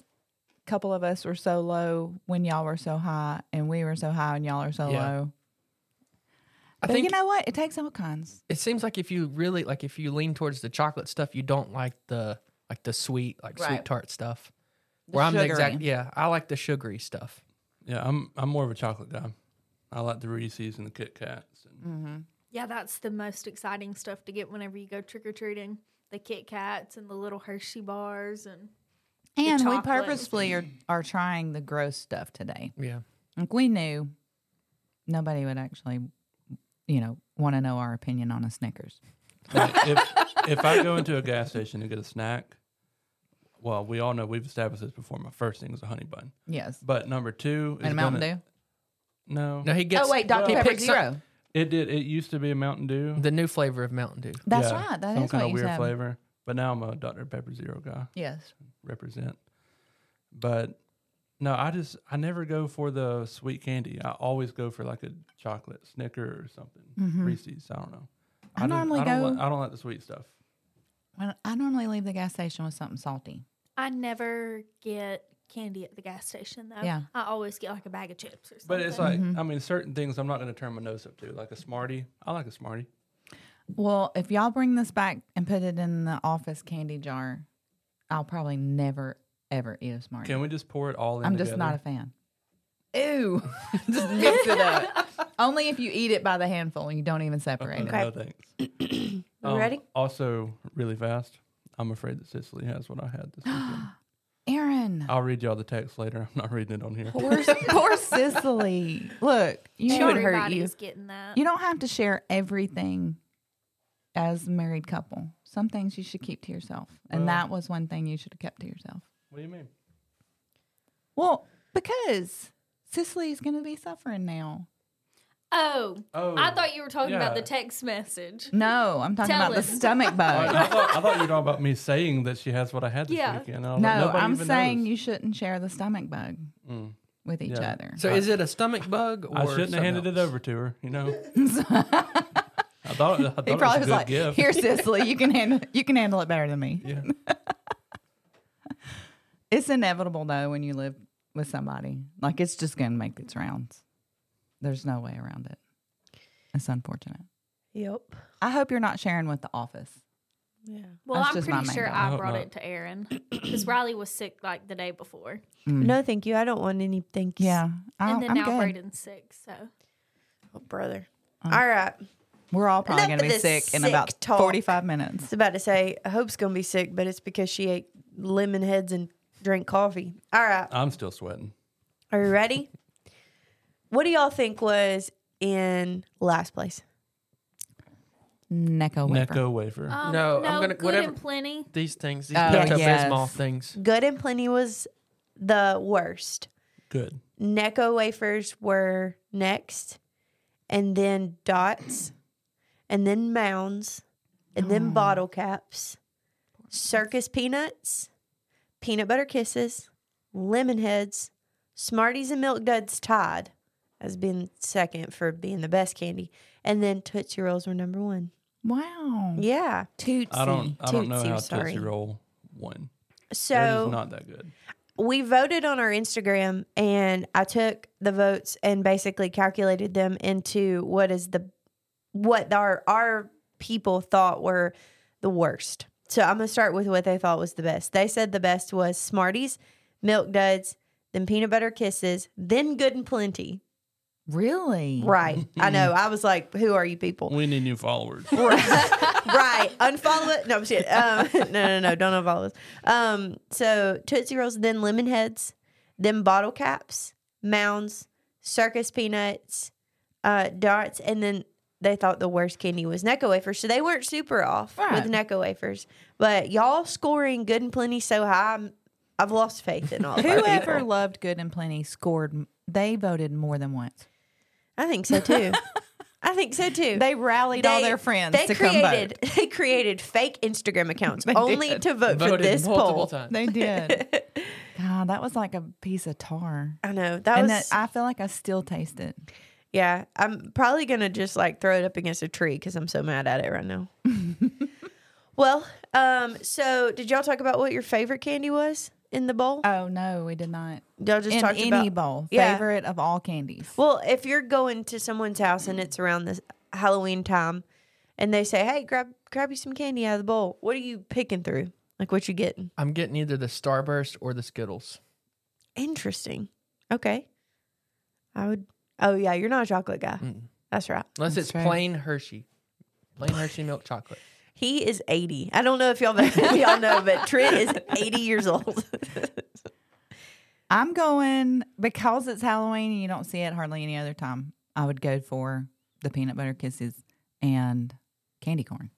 Speaker 4: a couple of us were so low when y'all were so high and we were so high and y'all are so
Speaker 3: Yeah.
Speaker 4: low.
Speaker 3: I
Speaker 4: But
Speaker 3: think
Speaker 4: you know what? It takes all kinds.
Speaker 3: it seems like if you really like if you lean towards the chocolate stuff, you don't like the like the sweet like
Speaker 4: Right.
Speaker 3: sweet tart stuff. Where I'm the exact
Speaker 4: sugary.
Speaker 3: yeah, I like the sugary stuff.
Speaker 6: Yeah, I'm I'm more of a chocolate guy. I like the Reese's and the Kit Kats. And
Speaker 5: Yeah, that's the most exciting stuff to get whenever you go trick or treating. The Kit Kats and the little Hershey bars and
Speaker 4: And we
Speaker 5: chocolate.
Speaker 4: purposefully are, are trying the gross stuff today.
Speaker 3: Yeah.
Speaker 4: Like we knew nobody would actually, you know, want to know our opinion on a Snickers. Mm.
Speaker 6: like, if if I go into a gas station and get a snack, well, we all know we've established this before. My first thing is a honey bun,
Speaker 4: Yes.
Speaker 6: but number two is
Speaker 4: And a Mountain
Speaker 6: gonna-
Speaker 4: Dew.
Speaker 6: No,
Speaker 3: No, he gets
Speaker 4: oh wait, Dr
Speaker 3: he
Speaker 4: Pepper
Speaker 3: picks up
Speaker 4: Zero.
Speaker 6: it did. It used to be a Mountain Dew.
Speaker 3: the new flavor of Mountain Dew.
Speaker 4: That's
Speaker 6: Yeah,
Speaker 4: right. That
Speaker 6: some
Speaker 4: is
Speaker 6: kind
Speaker 4: what
Speaker 6: of
Speaker 4: you
Speaker 6: weird
Speaker 4: said.
Speaker 6: flavor. But now I'm a Dr Pepper Zero guy.
Speaker 4: Yes.
Speaker 6: represent. But no, I just I never go for the sweet candy. I always go for like a chocolate Snicker or something, Reese's. I don't know.
Speaker 4: Mm-hmm. I
Speaker 6: don't-
Speaker 4: normally
Speaker 6: I don't
Speaker 4: go-
Speaker 6: Like, I don't like the sweet stuff.
Speaker 4: Well, I normally leave the gas station with something salty.
Speaker 5: I never get candy at the gas station though.
Speaker 4: Yeah.
Speaker 5: I always get like a bag of chips or something.
Speaker 6: But it's like I mean, certain things I'm not going to turn my nose up to, like a Smartie. I like a Smartie.
Speaker 4: Well, if y'all bring this back and put it in the office candy jar, I'll probably never ever eat a Smartie.
Speaker 6: Can we just pour it all in?
Speaker 4: I'm just not a
Speaker 6: together?
Speaker 4: fan. Ew. <laughs> just mix it up. <laughs> Only if you eat it by the handful and you don't even separate it.
Speaker 6: No thanks. Um,
Speaker 2: ready?
Speaker 6: Also, really fast. I'm afraid that Sicily has what I had this weekend.
Speaker 4: Aaron.
Speaker 6: I'll read y'all the text later. I'm not reading it on here.
Speaker 4: Poor, poor Sicily. Look, you know it hurt you.
Speaker 5: Everybody's getting that.
Speaker 4: You don't have to share everything as a married couple. Some things you should keep to yourself. And
Speaker 6: Well-
Speaker 4: that was one thing you should have kept to yourself.
Speaker 6: What do you mean?
Speaker 4: Well, because Sicily's going to be suffering now.
Speaker 5: Oh,
Speaker 6: Oh,
Speaker 5: I thought you were talking about the
Speaker 6: yeah.
Speaker 5: text message.
Speaker 4: No, I'm talking
Speaker 5: Tell
Speaker 4: about the
Speaker 5: him.
Speaker 4: stomach
Speaker 6: <laughs>
Speaker 4: bug.
Speaker 6: I, I thought, I thought you were talking about me saying that she has what I had this
Speaker 5: Yeah.
Speaker 6: weekend. I was like,
Speaker 4: no,
Speaker 6: "Nobody
Speaker 4: I'm
Speaker 6: even
Speaker 4: saying
Speaker 6: knows."
Speaker 4: you shouldn't share the stomach bug
Speaker 6: Mm.
Speaker 4: with each
Speaker 6: Yeah.
Speaker 4: other.
Speaker 3: So is it a stomach bug or
Speaker 6: I shouldn't have
Speaker 3: something
Speaker 6: handed it
Speaker 3: else?
Speaker 6: over to her. You know,
Speaker 4: <laughs>
Speaker 6: I thought I thought
Speaker 4: he probably
Speaker 6: it was
Speaker 4: was
Speaker 6: a good
Speaker 4: like,
Speaker 6: gift. <laughs>
Speaker 4: "Here, Sicily, you can handle you can handle it better than me."
Speaker 6: Yeah.
Speaker 4: <laughs> It's inevitable though when you live with somebody. Like it's just gonna make its rounds. There's no way around it. It's unfortunate.
Speaker 2: Yep.
Speaker 4: I hope you're not sharing with the office.
Speaker 2: Yeah.
Speaker 5: Well,
Speaker 4: That's
Speaker 5: I'm
Speaker 4: just my
Speaker 5: pretty
Speaker 4: main
Speaker 5: sure
Speaker 4: goal.
Speaker 6: I
Speaker 5: I
Speaker 6: hope
Speaker 5: brought
Speaker 6: not.
Speaker 5: it to Aaron
Speaker 4: <clears throat>
Speaker 5: because Riley was sick like the day before,
Speaker 2: No, thank you. I don't want anything.
Speaker 4: Mm. Yeah. I,
Speaker 5: and
Speaker 4: Oh,
Speaker 5: then
Speaker 4: I'm
Speaker 5: now
Speaker 4: good.
Speaker 5: Braden's sick. So
Speaker 2: Oh, brother.
Speaker 4: Um,
Speaker 2: All right.
Speaker 4: We're all probably
Speaker 2: Enough
Speaker 4: gonna
Speaker 2: of
Speaker 4: be
Speaker 2: this
Speaker 4: sick, in
Speaker 2: sick
Speaker 4: about
Speaker 2: talk.
Speaker 4: 45
Speaker 2: I
Speaker 4: minutes.
Speaker 2: was about to say, Hope's going to be sick, but it's because she ate lemon heads and drank coffee. All right.
Speaker 6: I'm still sweating.
Speaker 2: Are you ready? what do y'all think was in last place?
Speaker 4: Necco wafer. Uh,
Speaker 6: Necco wafer.
Speaker 5: Um,
Speaker 3: No,
Speaker 5: no,
Speaker 3: I'm gonna-
Speaker 5: good
Speaker 3: whatever-
Speaker 5: and plenty.
Speaker 3: These things, these
Speaker 4: Oh,
Speaker 3: Pepto
Speaker 4: yes.
Speaker 3: Bismol things.
Speaker 2: Good and Plenty was the worst.
Speaker 6: Good.
Speaker 2: Necco wafers were next, and then dots, and then mounds, and then
Speaker 6: Oh.
Speaker 2: bottle caps, circus peanuts, peanut butter kisses, lemon heads, Smarties and Milk Duds tied as being second for being the best candy, and then Tootsie Rolls were number one.
Speaker 4: Wow.
Speaker 2: Yeah, Tootsie.
Speaker 6: Hmm. I don't. I don't know
Speaker 2: Tootsie,
Speaker 6: how
Speaker 2: sorry.
Speaker 6: Tootsie Roll won. They're
Speaker 2: So
Speaker 6: just not that good.
Speaker 2: we voted on our Instagram and I took the votes and basically calculated them into what is the what our our people thought were the worst. So I'm gonna start with what they thought was the best. They said the best was Smarties, Milk Duds, then peanut butter kisses, then good and plenty.
Speaker 4: Really?
Speaker 2: Right. I know. I was like, who are you people?
Speaker 6: We need new followers.
Speaker 2: right. <laughs> right. Unfollow it. No, I'm shit. Um, <laughs> no, no, no. Don't unfollow us. Um, so Tootsie Rolls, then Lemon Heads, then Bottle Caps, Mounds, Circus Peanuts, uh, Darts, and then they thought the worst candy was Necco wafers. So they weren't super off
Speaker 4: Right.
Speaker 2: with Necco wafers. But y'all scoring good and plenty so high, I'm, I've lost faith in all of our
Speaker 4: Whoever
Speaker 2: people.
Speaker 4: loved Good and Plenty scored. m- They voted more than once.
Speaker 2: I think
Speaker 4: <laughs>
Speaker 2: so too. I think so too.
Speaker 4: They rallied all
Speaker 2: They-
Speaker 4: their friends
Speaker 2: they
Speaker 4: to come vote.
Speaker 2: created <laughs> they created fake Instagram
Speaker 4: <laughs>
Speaker 2: accounts
Speaker 4: They
Speaker 2: only
Speaker 4: did.
Speaker 2: to vote for
Speaker 3: Voted
Speaker 2: this
Speaker 3: multiple
Speaker 2: poll.
Speaker 3: times.
Speaker 4: <laughs> They did. God, that was like a piece of tar.
Speaker 2: I know that
Speaker 4: and that,
Speaker 2: was
Speaker 4: I feel like I still taste it.
Speaker 2: yeah. I'm probably gonna just like throw it up against a tree because I'm so mad at it
Speaker 4: <laughs>
Speaker 2: right now. well, um, so did y'all talk about what your favorite candy was in the bowl?
Speaker 4: Oh no, we did not.
Speaker 2: Y'all just
Speaker 4: In
Speaker 2: talked
Speaker 4: any
Speaker 2: about
Speaker 4: bowl,
Speaker 2: Yeah.
Speaker 4: favorite of all candies.
Speaker 2: Well, if you're going to someone's house and it's around this Halloween time, and they say, "Hey, grab grab you some candy out of the bowl," what are you picking through? Like what you getting?
Speaker 3: I'm getting either the Starburst or the Skittles.
Speaker 2: Interesting. Okay. I would. Oh yeah, you're not a chocolate guy.
Speaker 3: Mm.
Speaker 2: That's right.
Speaker 3: Unless
Speaker 4: That's
Speaker 3: it's
Speaker 4: right.
Speaker 3: plain Hershey.
Speaker 4: <laughs>
Speaker 3: Plain Hershey milk chocolate.
Speaker 2: He is 80. I don't know <laughs> if y'all y'all know, but Trent is 80 years old. <laughs>
Speaker 4: I'm going because it's Halloween and you don't see it hardly any other time. I would go for the peanut butter kisses and candy corn,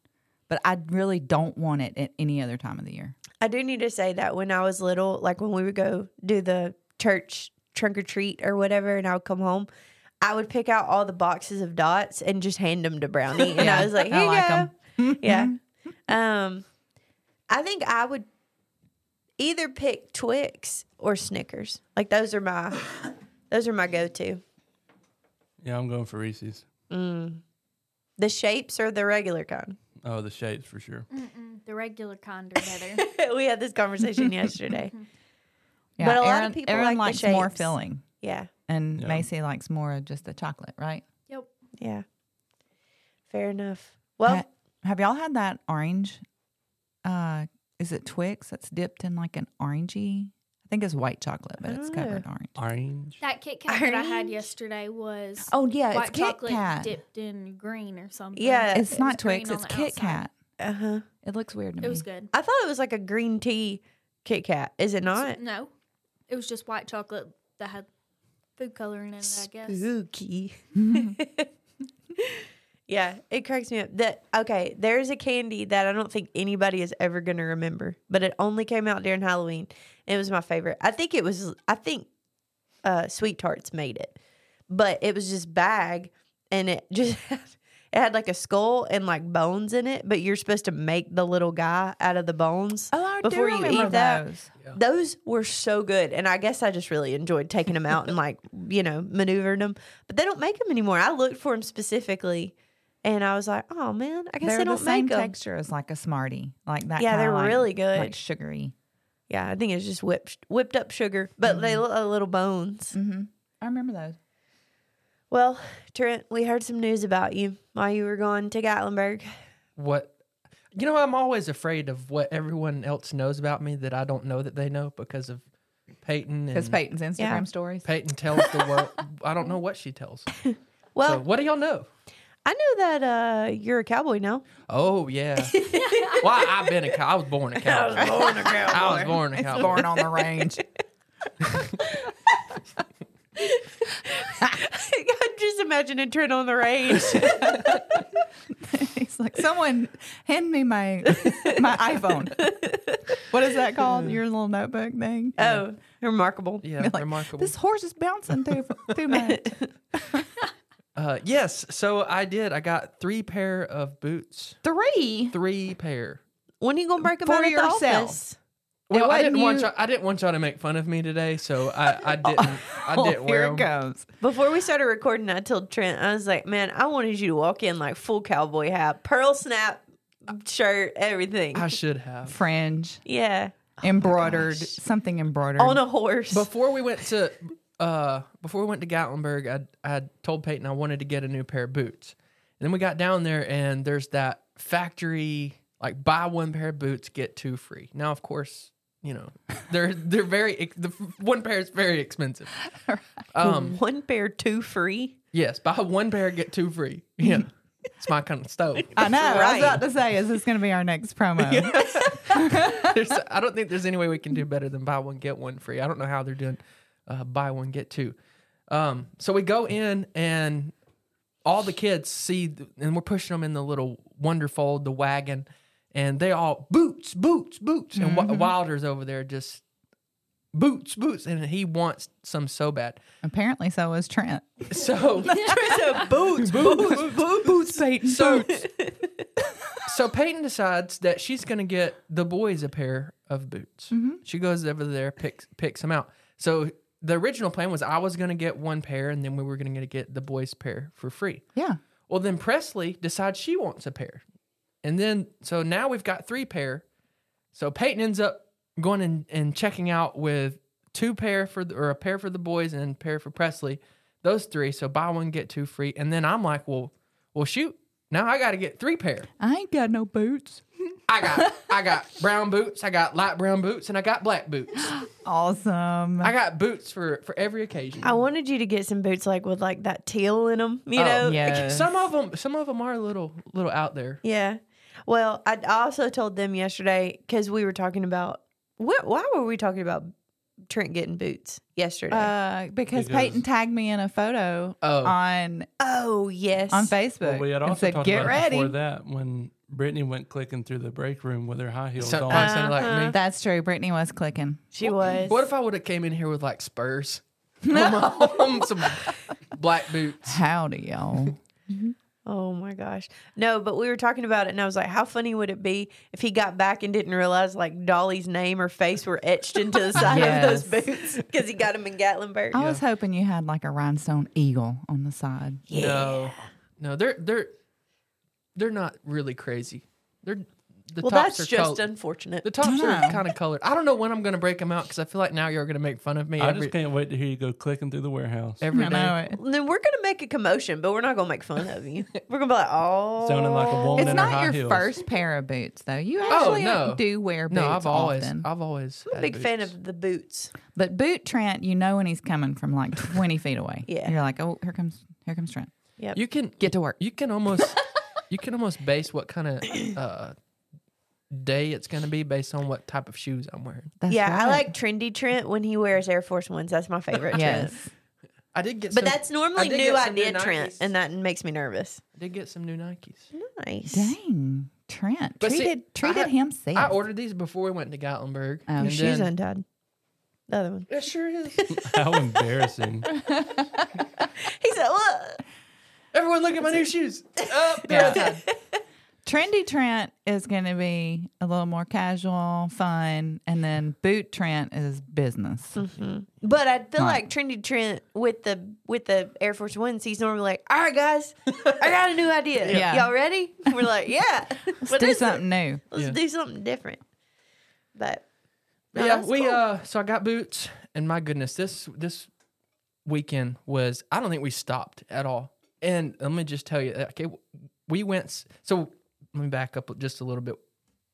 Speaker 4: but I really don't want it at any other time of the year.
Speaker 2: I do need to say that when I was little, like when we would go do the church trunk or treat or whatever, and I would come home, I would pick out all the boxes of dots and just hand them to Brownie, and I
Speaker 4: Yeah,
Speaker 2: was like,
Speaker 4: I
Speaker 2: "Here
Speaker 4: like
Speaker 2: you go."
Speaker 4: <laughs>
Speaker 2: yeah. Um, I think I would either pick Twix or Snickers. Like those are my those are my go to.
Speaker 6: Yeah, I'm going for Reese's.
Speaker 2: The shapes are the regular kind. <laughs>
Speaker 6: Oh, the shapes for sure.
Speaker 4: Mm.
Speaker 5: Mm-mm, the regular kind are
Speaker 4: <laughs>
Speaker 5: better.
Speaker 2: we had this conversation yesterday.
Speaker 4: Yeah,
Speaker 2: But a lot of
Speaker 4: Aaron,
Speaker 2: people
Speaker 4: Aaron
Speaker 2: like
Speaker 4: likes
Speaker 2: the
Speaker 4: more
Speaker 2: shapes.
Speaker 4: filling,
Speaker 2: Yeah,
Speaker 4: and
Speaker 6: Yeah.
Speaker 4: Macy likes more of just the chocolate, right?
Speaker 5: yep.
Speaker 2: yeah. Fair enough. Well,
Speaker 4: Ha- have y'all had that orange? Uh, is it Twix that's dipped in like an orangey? I think it's white chocolate, but it's covered orange.
Speaker 6: Orange.
Speaker 5: That Kit Kat that I had
Speaker 2: Orange?
Speaker 5: yesterday was
Speaker 4: Oh yeah,
Speaker 5: white
Speaker 4: it's Kit
Speaker 5: chocolate
Speaker 4: Kat.
Speaker 5: dipped in green or something.
Speaker 2: Yeah.
Speaker 4: It's
Speaker 5: It
Speaker 4: not
Speaker 5: was green
Speaker 4: Twix,
Speaker 5: on
Speaker 4: it's
Speaker 5: the
Speaker 4: Kit
Speaker 5: outside.
Speaker 4: Cat.
Speaker 2: uh huh.
Speaker 4: It looks weird to me.
Speaker 5: It was good.
Speaker 2: I thought it was like a green tea Kit Kat. Is it not?
Speaker 5: No, it was just white chocolate that had food coloring in it. I guess.
Speaker 2: Spooky. <laughs> yeah, it cracks me up. That okay, there's a candy that I don't think anybody is ever gonna remember, but it only came out during Halloween. And it was my favorite. I think it was I think uh Sweet Tarts made it. But it was just bag and it <laughs> just had, it had like a skull and like bones in it, but you're supposed to make the little guy out of the bones.
Speaker 4: Oh, I
Speaker 2: before
Speaker 4: do
Speaker 2: you
Speaker 4: remember
Speaker 2: eat that.
Speaker 4: those.
Speaker 2: Those were so good, and I guess I just really enjoyed taking them
Speaker 4: <laughs>
Speaker 2: out and like you know maneuvering them. But they don't make them anymore. I looked for them specifically, and I was like, oh man, I guess
Speaker 4: They're
Speaker 2: they
Speaker 4: the
Speaker 2: don't
Speaker 4: same
Speaker 2: make them.
Speaker 4: texture as like a Smartie, like that.
Speaker 2: Yeah,
Speaker 4: kinda
Speaker 2: they're
Speaker 4: like-
Speaker 2: really good.
Speaker 4: like sugary.
Speaker 2: Yeah, I think it's just whipped whipped up sugar, but they look like little bones.
Speaker 4: Mm-hmm. I remember those.
Speaker 2: Well, Trent, we heard some news about you while you were going to Gatlinburg.
Speaker 3: What you know, I'm always afraid of what everyone else knows about me that I don't know that they know because of Peyton
Speaker 4: Because
Speaker 3: and
Speaker 4: Peyton's Instagram
Speaker 2: Yeah.
Speaker 4: stories.
Speaker 3: Peyton tells the world <laughs> I don't know what she
Speaker 4: <laughs>
Speaker 3: tells.
Speaker 2: Well,
Speaker 3: so what do y'all know?
Speaker 2: I know that uh, you're a cowboy <laughs> now.
Speaker 3: Oh
Speaker 4: <laughs>
Speaker 3: yeah. well, I've been a cow. I was born a cowboy. I was born a cowboy. I was <laughs> born a cowboy.
Speaker 4: Born on the range. <laughs>
Speaker 2: I'm just imagining Trent on the range.
Speaker 4: <laughs> He's like, Someone hand me my my iPhone. What is that called? Your little notebook thing.
Speaker 2: Oh, remarkable.
Speaker 3: Yeah,
Speaker 4: Like,
Speaker 3: remarkable.
Speaker 4: This horse is bouncing too too much.
Speaker 3: Uh, yes, so I did. I got three pair of boots.
Speaker 4: <laughs> Three.
Speaker 3: Three pair.
Speaker 2: When are you gonna break them
Speaker 4: For
Speaker 2: out at the
Speaker 4: yourself.
Speaker 2: office?
Speaker 3: Well, I
Speaker 4: wasn't
Speaker 3: didn't want
Speaker 4: you-
Speaker 3: y'all, I didn't want y'all to make fun of me today, so I, I didn't. I
Speaker 4: <laughs> Oh,
Speaker 3: didn't wear
Speaker 4: here it
Speaker 3: 'em.
Speaker 4: goes.
Speaker 2: Before we started recording, I told Trent, I was like, "Man, I wanted you to walk in like full cowboy hat, pearl snap shirt, everything."
Speaker 3: I should have.
Speaker 4: Fringe
Speaker 2: yeah,
Speaker 4: Oh embroidered something embroidered.
Speaker 2: on a horse.
Speaker 3: Before we went to, uh, before we went to Gatlinburg, I I told Peyton I wanted to get a new pair of boots, and then we got down there and there's that factory like buy one pair of boots get two free. Now of course you know they're they're very ex- the f- one pair is very expensive. Um,
Speaker 2: One pair, two free.
Speaker 3: Yes, buy one pair get two free. Yeah, it's my kind of stove.
Speaker 4: I know. I
Speaker 2: Right.
Speaker 4: was about to say, is this going to be our next <laughs> promo?
Speaker 3: There's, I don't think there's any way we can do better than buy one get one free. I don't know how they're doing uh, buy one get two. Um, so we go in and all the kids see, th- and we're pushing them in the little wonderful the wagon, and they all boots, boots, boots, and Wi- Wilder's over there just boots, boots, and he wants some so bad.
Speaker 4: Apparently, so was Trent.
Speaker 3: So <laughs> boots, boots, boots, boots, Peyton. So, <laughs> so Peyton decides that she's going to get the boys a pair of boots. She goes over there, picks picks them out. So the original plan was I was going to get one pair, and then we were going to get the boys' pair for free.
Speaker 4: Yeah.
Speaker 3: Well, then Presley decides she wants a pair, and then so now we've got three pair. So Peyton ends up going and, and checking out with two pair for the, or a pair for the boys and a pair for Presley. Those three, so buy one get two free. And then I'm like, well, well, shoot. Now I got to get three pair.
Speaker 4: I ain't got no boots.
Speaker 3: I got I got brown boots, I got light brown boots, and I got black boots.
Speaker 4: Awesome.
Speaker 3: I got boots for for every occasion.
Speaker 2: I wanted you to get some boots like with like that teal in them. You
Speaker 3: Mm. Oh,
Speaker 2: know,
Speaker 4: yes.
Speaker 3: Some of them some of them are a little little out there.
Speaker 2: Yeah. Well, I I also told them yesterday because we were talking about what? Why were we talking about Trent getting boots yesterday?
Speaker 4: Uh, because,
Speaker 6: Because-
Speaker 4: Peyton tagged me in a photo
Speaker 3: Oh.
Speaker 4: on
Speaker 2: oh yes,
Speaker 4: on Facebook
Speaker 6: Well, we had
Speaker 4: and
Speaker 6: also
Speaker 4: said,
Speaker 6: talked
Speaker 4: "Get
Speaker 6: about it
Speaker 4: ready."
Speaker 6: before that when Brittany went clicking through the break room with her high heels
Speaker 3: Some,
Speaker 6: on.
Speaker 3: uh, some
Speaker 2: Uh-huh.
Speaker 3: like me.
Speaker 4: That's true. Brittany was clicking.
Speaker 2: she was.
Speaker 3: What if I would have came in here with like
Speaker 2: <laughs>
Speaker 3: spurs? Um, <laughs> some black boots.
Speaker 4: Howdy, <laughs> y'all.
Speaker 2: oh my gosh, no! But we were talking about it, and I was like, how funny would it be if he got back and didn't realize like Dolly's name or face were etched into the side of those
Speaker 4: Yes.
Speaker 2: boots because he got them in Gatlinburg.
Speaker 4: I was hoping you had like a rhinestone eagle on the side.
Speaker 2: yeah.
Speaker 3: No. No, they're they're they're not really crazy. They're the
Speaker 2: Well,
Speaker 3: tops
Speaker 2: that's
Speaker 3: are
Speaker 2: just
Speaker 3: col-
Speaker 2: unfortunate.
Speaker 3: the tops
Speaker 4: Yeah.
Speaker 3: are kind of colored. I don't know when I'm gonna break them out because I feel like now you're gonna make fun of me
Speaker 6: I
Speaker 3: every,
Speaker 6: just can't wait to hear you go clicking through the warehouse.
Speaker 3: every
Speaker 4: I
Speaker 3: day.
Speaker 4: know it.
Speaker 2: then we're gonna make a commotion, but we're not gonna make fun of
Speaker 4: <laughs>
Speaker 2: you. We're gonna be like, oh,
Speaker 6: Sounding like a woman
Speaker 4: It's
Speaker 6: in her
Speaker 4: not
Speaker 6: high
Speaker 4: your
Speaker 6: heels.
Speaker 4: first pair of boots, though. You actually
Speaker 3: Oh, no.
Speaker 4: do wear boots
Speaker 3: No, I've always,
Speaker 4: often.
Speaker 3: I've always.
Speaker 2: I'm a
Speaker 3: had
Speaker 2: big fan
Speaker 3: boots.
Speaker 2: of the boots.
Speaker 4: But boot Trent, you know when he's coming from like 20 feet away.
Speaker 2: <laughs> Yeah.
Speaker 4: You're like, oh, here comes here comes Trent.
Speaker 2: Yep.
Speaker 3: You can
Speaker 4: Get to work.
Speaker 3: You can
Speaker 2: <laughs>
Speaker 3: almost, you can almost base what kind of uh, day it's going to be based on what type of shoes I'm wearing.
Speaker 4: That's
Speaker 2: yeah, I
Speaker 4: right.
Speaker 2: like trendy Trent when he wears Air Force Ones. That's my favorite Trent.
Speaker 4: Yes.
Speaker 3: I did get,
Speaker 2: But
Speaker 3: some,
Speaker 2: that's normally
Speaker 3: I did
Speaker 2: new
Speaker 3: get some new
Speaker 2: idea Trent,
Speaker 3: Nikes.
Speaker 2: and that makes me nervous.
Speaker 3: I did get some new Nikes.
Speaker 2: Nice.
Speaker 4: Dang. Trent
Speaker 3: But see,
Speaker 4: treated treated
Speaker 3: I-
Speaker 4: himself.
Speaker 3: I ordered these before we went to Gatlinburg.
Speaker 4: Oh.
Speaker 2: Your
Speaker 4: Your
Speaker 3: and
Speaker 2: shoes
Speaker 3: then-
Speaker 2: untied. The other one.
Speaker 3: It sure is.
Speaker 6: <laughs> How embarrassing.
Speaker 2: He said, "Look,
Speaker 3: Everyone, look at my new shoes. Oh, they're
Speaker 4: Yeah.
Speaker 3: outside.
Speaker 2: <laughs>
Speaker 4: Trendy Trent is going to be a little more casual, fun, and then boot Trent is business.
Speaker 2: But I
Speaker 4: Right.
Speaker 2: feel like trendy Trent with the with the Air Force Ones, he's normally like, "All right, guys, I got a new
Speaker 4: <laughs>
Speaker 2: idea.
Speaker 4: Yeah.
Speaker 2: Y'all ready?" We're like, "Yeah, <laughs>
Speaker 4: Let's do something new.
Speaker 2: Let's
Speaker 3: Yeah.
Speaker 2: do something different." But no,
Speaker 3: yeah,
Speaker 2: that's
Speaker 3: we
Speaker 2: cool.
Speaker 3: uh so I got boots and my goodness, this this weekend was I don't think we stopped at all. And let me just tell you, uh, okay, we went s- so let me back up just a little bit.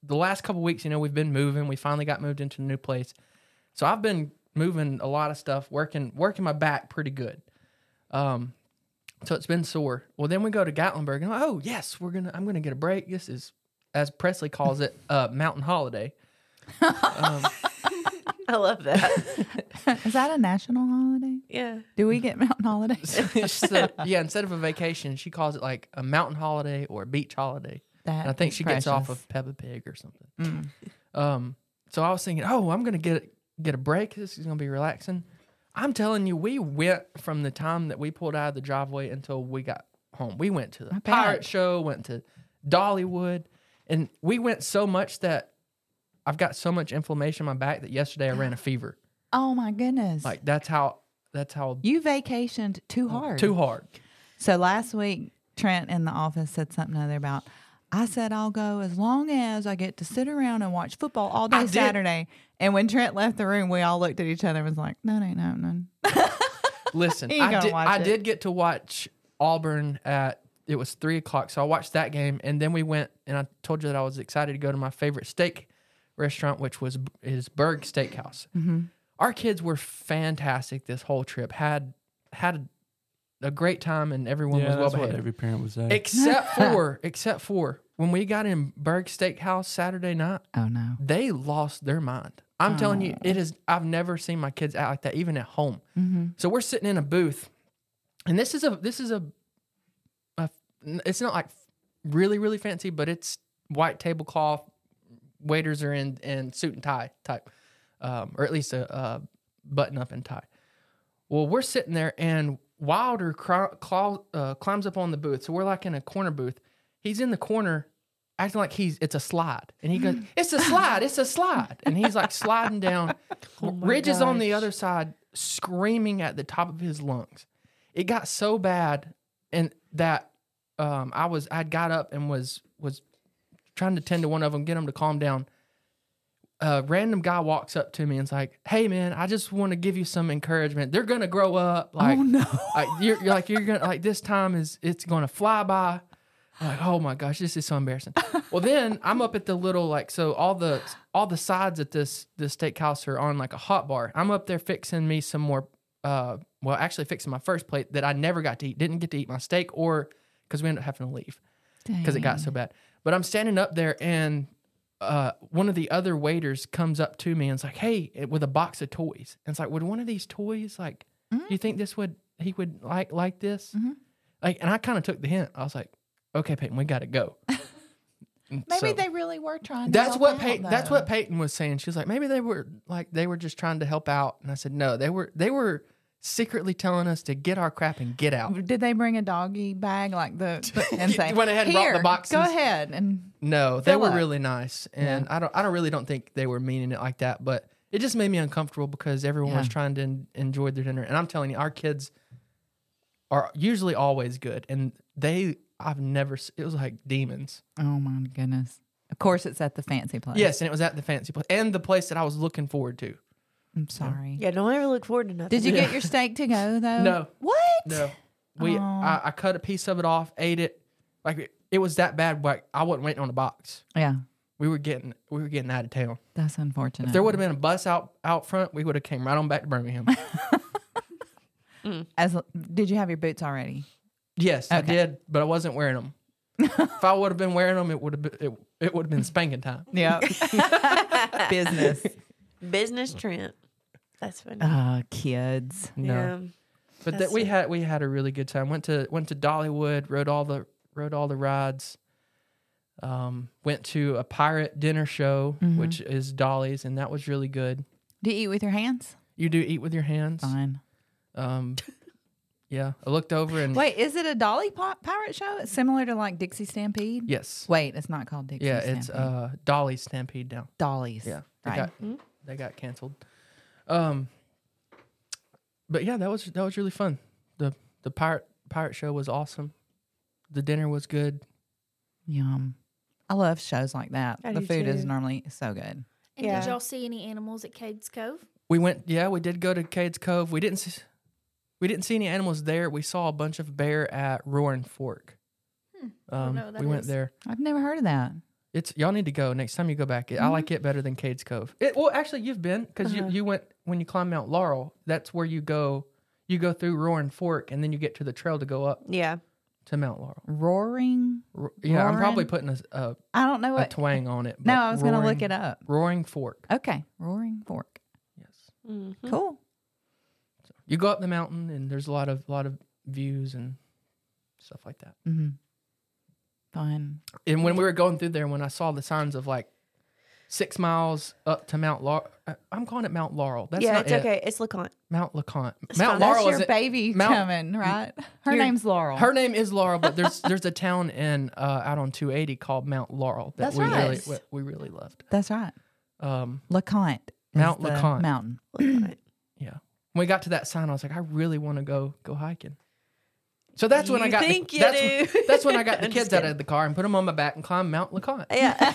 Speaker 3: The last couple weeks, you know, we've been moving. We finally got moved into a new place. So I've been moving a lot of stuff, working working my back pretty good. Um so it's been sore. Well, then we go to Gatlinburg and I'm like, oh yes, we're gonna I'm gonna get a break. This is as Presley calls it, uh, mountain holiday.
Speaker 2: I love that.
Speaker 4: <laughs> Is that a national holiday?
Speaker 2: yeah.
Speaker 4: Do we get
Speaker 3: <laughs>
Speaker 4: mountain holidays? <laughs>
Speaker 3: so, yeah, instead of a vacation, she calls it like a mountain holiday or a beach holiday.
Speaker 4: that.
Speaker 3: And I think
Speaker 4: is
Speaker 3: she gets off
Speaker 4: precious.
Speaker 3: of Peppa Pig or something.
Speaker 4: Mm.
Speaker 3: Um, so I was thinking, oh, I'm gonna get get a break. This is gonna be relaxing. I'm telling you, we went from the time that we pulled out of the driveway until we got home. We went to the
Speaker 4: bet.
Speaker 3: pirate show, went to Dollywood, and we went so much that I've got so much inflammation in my back that yesterday I ran a fever.
Speaker 4: Oh my goodness!
Speaker 3: Like that's how that's how
Speaker 4: you vacationed too hard.
Speaker 3: Mm, too hard.
Speaker 4: So last week, Trent in the office said something other about. I said I'll go as long as I get to sit around and watch football all day
Speaker 3: did.
Speaker 4: Saturday. And when Trent left the room, we all looked at each other and was like, "That ain't happening."
Speaker 3: Listen,
Speaker 4: <laughs> You
Speaker 3: I
Speaker 4: gotta
Speaker 3: did,
Speaker 4: watch
Speaker 3: I
Speaker 4: it.
Speaker 3: did get to watch Auburn at it was three o'clock, so I watched that game, and then we went and I told you that I was excited to go to my favorite steak restaurant, which was is Berg Steakhouse.
Speaker 4: Mm-hmm.
Speaker 3: Our kids were fantastic this whole trip. had had a great time, and everyone
Speaker 6: Yeah,
Speaker 3: was well
Speaker 6: that's what
Speaker 3: behaved.
Speaker 6: every parent would say.
Speaker 4: <laughs>
Speaker 3: except for except for when we got in Berg Steakhouse Saturday night,
Speaker 4: Oh no!
Speaker 3: they lost their mind. I'm telling you, it is. I've never seen my kids act like that, even at home. So we're sitting in a booth, and this is a this is a, a it's not like really really fancy, but it's white tablecloth. Waiters are in in suit and tie type, um, or at least a, a button up and tie. Well, we're sitting there, and Wilder cr- claw, uh, climbs up on the booth. So we're like in a corner booth. He's in the corner, acting like he's it's a slide, and he goes, "It's a slide, it's a slide," and he's like sliding down. Ridge is on the other side, screaming at the top of his lungs. It got so bad, and that um, I was I'd got up and was was trying to tend to one of them, get them to calm down a random guy walks up to me and's like, "Hey, man, I just want to give you some encouragement. They're gonna grow up. Like, like, you're, you're like you're gonna like this time is it's gonna fly by." I'm like, oh my gosh, this is so embarrassing. well, then I'm up at the little like so all the all the sides at this this steakhouse are on like a hot bar. I'm up there fixing me some more. Uh, well, actually fixing my first plate that I never got to eat. Didn't get to eat my steak or because we ended up having to leave because it
Speaker 4: Mm.
Speaker 3: got so bad. But I'm standing up there, and uh, one of the other waiters comes up to me and is like, "Hey," eh, with a box of toys. And it's like, "Would one of these toys like? Do you
Speaker 4: Mm.
Speaker 3: think this would he would like like this?"
Speaker 4: Mm-hmm.
Speaker 3: Like, and I kind of took the hint. I was like, "Okay, Peyton, we got to
Speaker 4: <laughs>
Speaker 3: go." Maybe
Speaker 4: Maybe they really were trying. To
Speaker 3: That's
Speaker 4: help
Speaker 3: what
Speaker 4: out,
Speaker 3: Peyton. That's
Speaker 4: though.
Speaker 3: what Peyton was saying. She was like, maybe they were like they were just trying to help out, and I said, no, they were they were secretly telling us to get our crap and get out.
Speaker 4: Did they bring a doggy bag like the
Speaker 3: <laughs>
Speaker 4: and
Speaker 3: You
Speaker 4: say
Speaker 3: went ahead and brought the
Speaker 4: "Here,
Speaker 3: boxes."
Speaker 4: Go ahead and
Speaker 3: No, they
Speaker 4: Fill
Speaker 3: were
Speaker 4: up.
Speaker 3: really nice, and I don't, I don't really don't think they were meaning it like that, but it just made me uncomfortable because everyone was
Speaker 4: Yeah.
Speaker 3: trying to en- enjoy their dinner, and I'm telling you, our kids are usually always good, and they, I've never, s- it was like demons.
Speaker 4: oh my goodness! Of course, it's at the fancy place.
Speaker 3: Yes, and it was at the fancy place and the place that I was looking forward to.
Speaker 4: I'm sorry.
Speaker 2: Yeah, don't ever look forward to nothing.
Speaker 4: Did you
Speaker 3: <laughs>
Speaker 4: get your steak to go though?
Speaker 3: No.
Speaker 4: Oh, What?
Speaker 3: No, we, I, I cut a piece of it off, ate it, like it, it was that bad. Like I wasn't waiting on the box.
Speaker 4: Yeah,
Speaker 3: We were getting, we were getting out of town.
Speaker 4: that's unfortunate.
Speaker 3: If there would have been a bus out out front, we would have came right on back to Birmingham.
Speaker 4: As did you have your boots already?
Speaker 3: Yes, I
Speaker 4: Okay.
Speaker 3: did, but I wasn't wearing them. if I would have been wearing them, it would have been it, it would have been spanking time.
Speaker 4: <laughs> Yep. Business.
Speaker 2: business Trent? That's funny. Um,
Speaker 4: Uh, kids.
Speaker 2: yeah.
Speaker 3: but that
Speaker 2: that's
Speaker 3: we
Speaker 2: it.
Speaker 3: had we had a really good time. Went to went to Dollywood, rode all the rode all the rides. Um, went to a pirate dinner show,
Speaker 4: Mm-hmm.
Speaker 3: which is Dolly's, and that was really good.
Speaker 4: Do you eat with your hands?
Speaker 3: You do eat with your hands.
Speaker 4: Fine.
Speaker 3: Um, yeah, I looked over and
Speaker 4: Wait, is it a Dolly Pi- Pirate show? It's similar to like Dixie Stampede?
Speaker 3: yes,
Speaker 4: Wait, it's not called Dixie
Speaker 3: yeah,
Speaker 4: Stampede.
Speaker 3: it's uh Dolly Stampede down.
Speaker 4: Dolly's.
Speaker 3: Yeah, they
Speaker 4: Right.
Speaker 3: got
Speaker 5: Hmm?
Speaker 3: they got canceled. Um, but yeah, that was that was really fun. the The pirate pirate show was awesome. The dinner was good.
Speaker 4: Yum. I love shows like that.
Speaker 2: I
Speaker 4: the
Speaker 2: do
Speaker 4: food is
Speaker 2: too.
Speaker 4: normally so good.
Speaker 5: And
Speaker 2: Yeah.
Speaker 5: did y'all see any animals at Cades Cove?
Speaker 3: We went, yeah, we did go to Cades Cove. We didn't see, we didn't see any animals there. We saw a bunch of bear at Roaring Fork.
Speaker 5: Hmm. don't
Speaker 3: um,
Speaker 5: know what that
Speaker 3: we went
Speaker 5: is.
Speaker 3: there.
Speaker 4: I've never heard of that.
Speaker 3: It's y'all need to go next time you go back.
Speaker 5: Hmm?
Speaker 3: I like it better than Cades Cove. It, well, actually, you've been because
Speaker 5: Uh-huh.
Speaker 3: you, you went when you climb Mount Laurel. That's where you go. You go through Roaring Fork and then you get to the trail to go up
Speaker 2: Yeah.
Speaker 3: to Mount Laurel.
Speaker 4: Roaring.
Speaker 3: Ro- Yeah, I'm probably
Speaker 4: Roaring-
Speaker 3: putting a, s- a,
Speaker 4: I don't know
Speaker 3: a
Speaker 4: what.
Speaker 3: twang on
Speaker 4: <laughs>
Speaker 3: it.
Speaker 4: no,
Speaker 3: but
Speaker 4: I was going to look
Speaker 3: roaring-
Speaker 4: it up.
Speaker 3: Roaring Fork.
Speaker 4: Okay. Roaring Fork.
Speaker 3: Yes.
Speaker 2: Mm-hmm.
Speaker 4: Cool.
Speaker 3: You go up the mountain and there's a lot of lot of views and stuff like that.
Speaker 4: hmm Mm-hmm. Fun.
Speaker 3: And when we were going through there, when I saw the signs of like six miles up to Mount Laurel, I'm calling it Mount Laurel. That's
Speaker 2: yeah,
Speaker 3: not
Speaker 2: it's
Speaker 3: it.
Speaker 2: okay. It's LeConte.
Speaker 3: Mount LeConte.
Speaker 2: fine.
Speaker 3: Mount
Speaker 4: That's
Speaker 3: Laurel
Speaker 4: your
Speaker 3: is
Speaker 4: baby
Speaker 3: Mount-
Speaker 4: coming, right? Her
Speaker 3: Your-
Speaker 4: name's Laurel.
Speaker 3: Her name is Laurel, but
Speaker 4: <laughs>
Speaker 3: there's there's a town in uh, out on 280 called Mount Laurel that
Speaker 4: That's
Speaker 3: we
Speaker 4: right.
Speaker 3: really what we really loved.
Speaker 4: That's right.
Speaker 3: Um,
Speaker 4: LeConte. is
Speaker 3: Mount
Speaker 4: the
Speaker 3: LeConte.
Speaker 4: Mountain. <laughs>
Speaker 2: LeConte.
Speaker 3: yeah. When we got to that sign, I was like, I really want to go go hiking. So that's when I
Speaker 2: You
Speaker 3: got
Speaker 2: think
Speaker 3: the,
Speaker 2: you
Speaker 3: that's,
Speaker 2: do.
Speaker 3: when- <laughs> that's when
Speaker 2: <laughs>
Speaker 3: I got the
Speaker 2: I'm just
Speaker 3: kids out
Speaker 2: kidding.
Speaker 3: of the car and put them on my back and climbed Mount LeConte.
Speaker 2: yeah,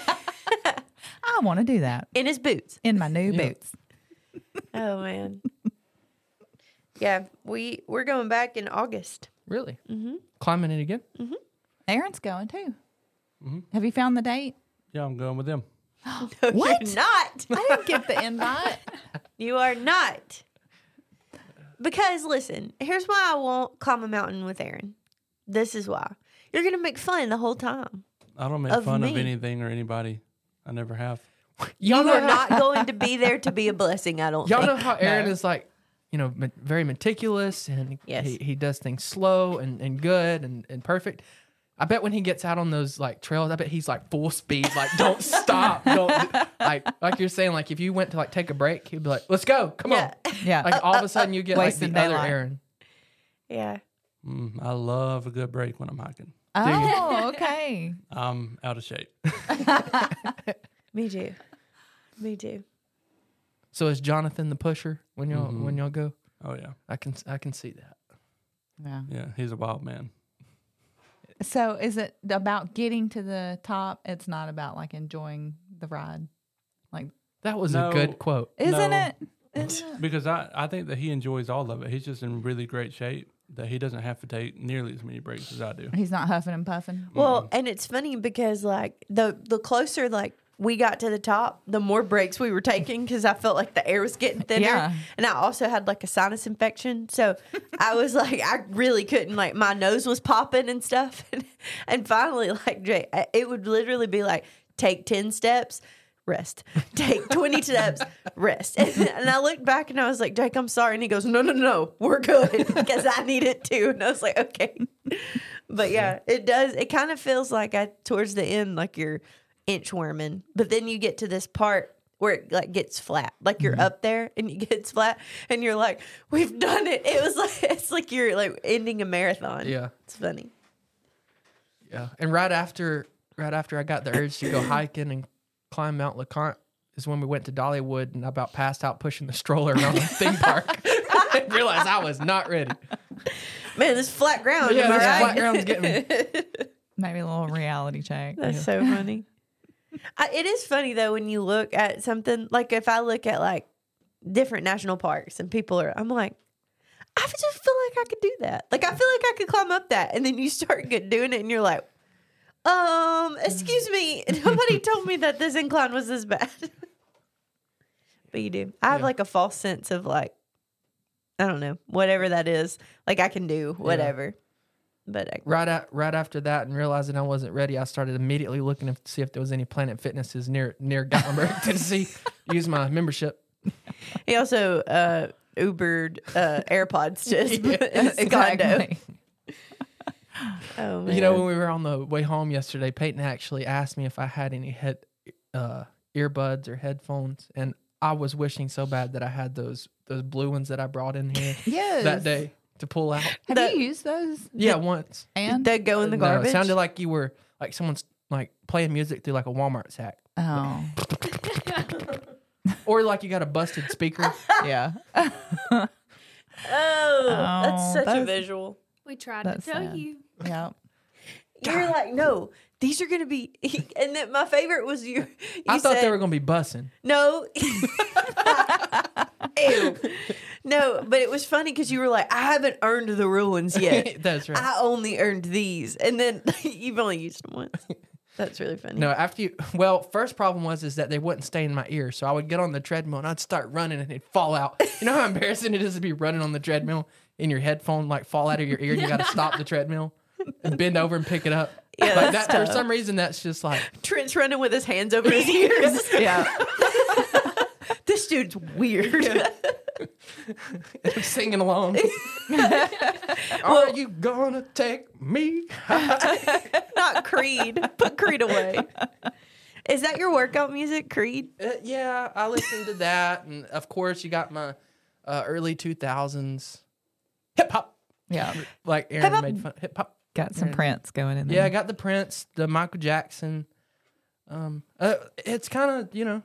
Speaker 4: I want to do that
Speaker 2: in his boots.
Speaker 4: in my new
Speaker 3: Yeah.
Speaker 4: boots.
Speaker 2: Oh man. Yeah, we we're going back in August.
Speaker 3: Really?
Speaker 2: Mm-hmm.
Speaker 3: Climbing it again?
Speaker 4: Aaron's going too.
Speaker 3: Mm-hmm.
Speaker 4: Have you found the date?
Speaker 3: <laughs>
Speaker 6: Yeah, I'm going with them.
Speaker 2: <laughs> No,
Speaker 4: What?
Speaker 2: You're not.
Speaker 4: I didn't get the invite.
Speaker 2: You are not. Because listen, here's why I won't climb a mountain with Aaron. This is why. You're gonna make fun the whole time.
Speaker 6: I don't make
Speaker 2: Of
Speaker 6: fun of
Speaker 2: me.
Speaker 6: anything or anybody. I never have.
Speaker 2: You
Speaker 3: Y'all know
Speaker 2: are
Speaker 3: how-
Speaker 2: not
Speaker 3: <laughs>
Speaker 2: going to be there to be a blessing, I don't
Speaker 3: Y'all
Speaker 2: think.
Speaker 3: know how Aaron is like, you know, me- very meticulous and
Speaker 2: Yes.
Speaker 3: he, he does things slow and, and good and, and perfect. I bet when he gets out on those like trails, I bet he's like full speed, like don't stop,
Speaker 2: <laughs>
Speaker 3: don't like like you're saying, like if you went to like take a break, he'd be like, let's go, come on.
Speaker 4: <laughs> Yeah.
Speaker 3: Like all of a sudden you get like the
Speaker 4: Wasting
Speaker 3: other
Speaker 4: daylight.
Speaker 3: Aaron.
Speaker 2: Yeah.
Speaker 6: Mm, I love a good break when I'm hiking.
Speaker 4: oh, <laughs> okay.
Speaker 6: I'm out of shape.
Speaker 2: Me too. Me too.
Speaker 3: So is Jonathan the pusher when y'all when y'all go?
Speaker 6: Oh yeah,
Speaker 3: I can I can see that.
Speaker 4: Yeah.
Speaker 6: yeah. He's a wild man.
Speaker 4: So is it about getting to the top? It's not about like enjoying the ride. Like
Speaker 3: That was
Speaker 6: No.
Speaker 3: a good quote.
Speaker 4: isn't
Speaker 6: No.
Speaker 4: it? Isn't it?
Speaker 6: <laughs> Because I, I think that he enjoys all of it. He's just in really great shape that he doesn't have to take nearly as many breaks as I do.
Speaker 4: He's not huffing and puffing.
Speaker 2: Well, and it's funny because like the the closer like we got to the top, the more breaks we were taking because I felt like the air was getting thinner,
Speaker 4: Yeah.
Speaker 2: and I also had like a sinus infection, so I was <laughs> like I really couldn't like my nose was popping and stuff, <laughs> and, and finally like Jay, I- it would literally be like take ten steps. Rest. <laughs> Take 20 steps, rest. <laughs> And I looked back and I was like, Jake, I'm sorry. And he goes, No, no, no, we're good <laughs> because I need it too. And I was like, Okay. But yeah, it does. It kind of feels like I towards the end, like you're inchworming, but then you get to this part where it like gets flat, like
Speaker 3: Mm-hmm.
Speaker 2: you're up there and it <laughs> gets flat, and you're like, "We've done it." It was <laughs> like it's like you're like ending a marathon.
Speaker 3: Yeah.
Speaker 2: it's funny.
Speaker 3: Yeah, and right after right after I got the urge to go hiking and climb Mount LeConte is when we went to Dollywood and I about passed out pushing the stroller around the theme park. <laughs> and realized I was not ready.
Speaker 2: Man, this flat ground.
Speaker 3: yeah,
Speaker 2: am I
Speaker 3: this
Speaker 2: right?
Speaker 3: flat ground's getting me.
Speaker 2: <laughs>
Speaker 4: Maybe a little reality check.
Speaker 2: That's
Speaker 4: <laughs>
Speaker 2: so <laughs> funny. I, it is funny though when you look at something like if I look at like different national parks and people are, I'm like, I just feel like I could do that. Like I feel like I could climb up that, and then you start <laughs> get doing it, and you're like, um, excuse me, <laughs> nobody told me that this incline was this bad. <laughs> but you do. I have
Speaker 3: Yeah.
Speaker 2: like a false sense of like, I don't know, whatever that is. Like I can do whatever. But uh, I,
Speaker 3: Right at, right after that and realizing I wasn't ready, I started immediately looking to see if there was any Planet Fitnesses near near Gatlinburg, <laughs> Tennessee. Use my membership.
Speaker 2: He also uh, Ubered uh, AirPods to <laughs> his, his condo.
Speaker 4: Exactly.
Speaker 2: Oh,
Speaker 3: You know, when we were on the way home yesterday, Peyton actually asked me if I had any head uh, earbuds or headphones, and I was wishing so bad that I had those those blue ones that I brought in
Speaker 2: <laughs>
Speaker 3: here
Speaker 4: Yes.
Speaker 3: that day to pull out.
Speaker 4: Have
Speaker 2: That-
Speaker 4: you used those?
Speaker 3: Yeah, once.
Speaker 2: man.
Speaker 4: And
Speaker 2: They go in the
Speaker 3: No,
Speaker 2: garbage.
Speaker 3: it sounded like you were like someone's like playing music through like a Walmart sack,
Speaker 4: oh,
Speaker 3: or like you got a busted
Speaker 2: <laughs>
Speaker 3: speaker.
Speaker 4: yeah.
Speaker 2: oh,
Speaker 4: Oh,
Speaker 2: that's such a
Speaker 4: that's-
Speaker 2: visual.
Speaker 5: We tried
Speaker 4: That's
Speaker 5: to tell
Speaker 4: sad.
Speaker 5: you.
Speaker 4: Yep.
Speaker 2: You're like, no, these are gonna be. <laughs> And then my favorite was you. you
Speaker 3: I thought they
Speaker 2: said-
Speaker 3: were gonna be
Speaker 2: <laughs>
Speaker 3: bussing. <laughs>
Speaker 2: No. Ew. No, but it was funny because you were like, I haven't earned the real <laughs> ones yet.
Speaker 3: That's right.
Speaker 2: I only earned these, and then <laughs> you've only used them <laughs> once. That's really funny.
Speaker 3: No, after you. <laughs> Well, first problem was is that they wouldn't stay in my ear, so I would get on the treadmill and I'd start running and it'd fall out. You know <laughs> how embarrassing it is to be running on the treadmill and your headphone like fall out of your ear and you got to stop the treadmill and bend over and pick it <laughs> up.
Speaker 2: Yeah,
Speaker 3: like
Speaker 2: that's
Speaker 3: that for some reason that's just like <laughs>
Speaker 2: Trent's running with his hands over his <laughs> ears.
Speaker 4: Yeah.
Speaker 2: this dude's weird.
Speaker 3: singing <laughs> along. Are you gonna take me?
Speaker 2: No, <laughs> not Creed. Put Creed away. Is that your workout music, Creed?
Speaker 3: Uh, yeah, I listened to that, and of course, you got my uh, early two thousands hip hop.
Speaker 4: <laughs> Yeah.
Speaker 3: Like Aaron
Speaker 2: Hip-hop.
Speaker 3: made fun hip hop.
Speaker 4: Got some
Speaker 3: Yeah.
Speaker 4: prints going in there.
Speaker 3: Yeah, I got the Prince, the Michael Jackson. Um, uh, it's kind of you know,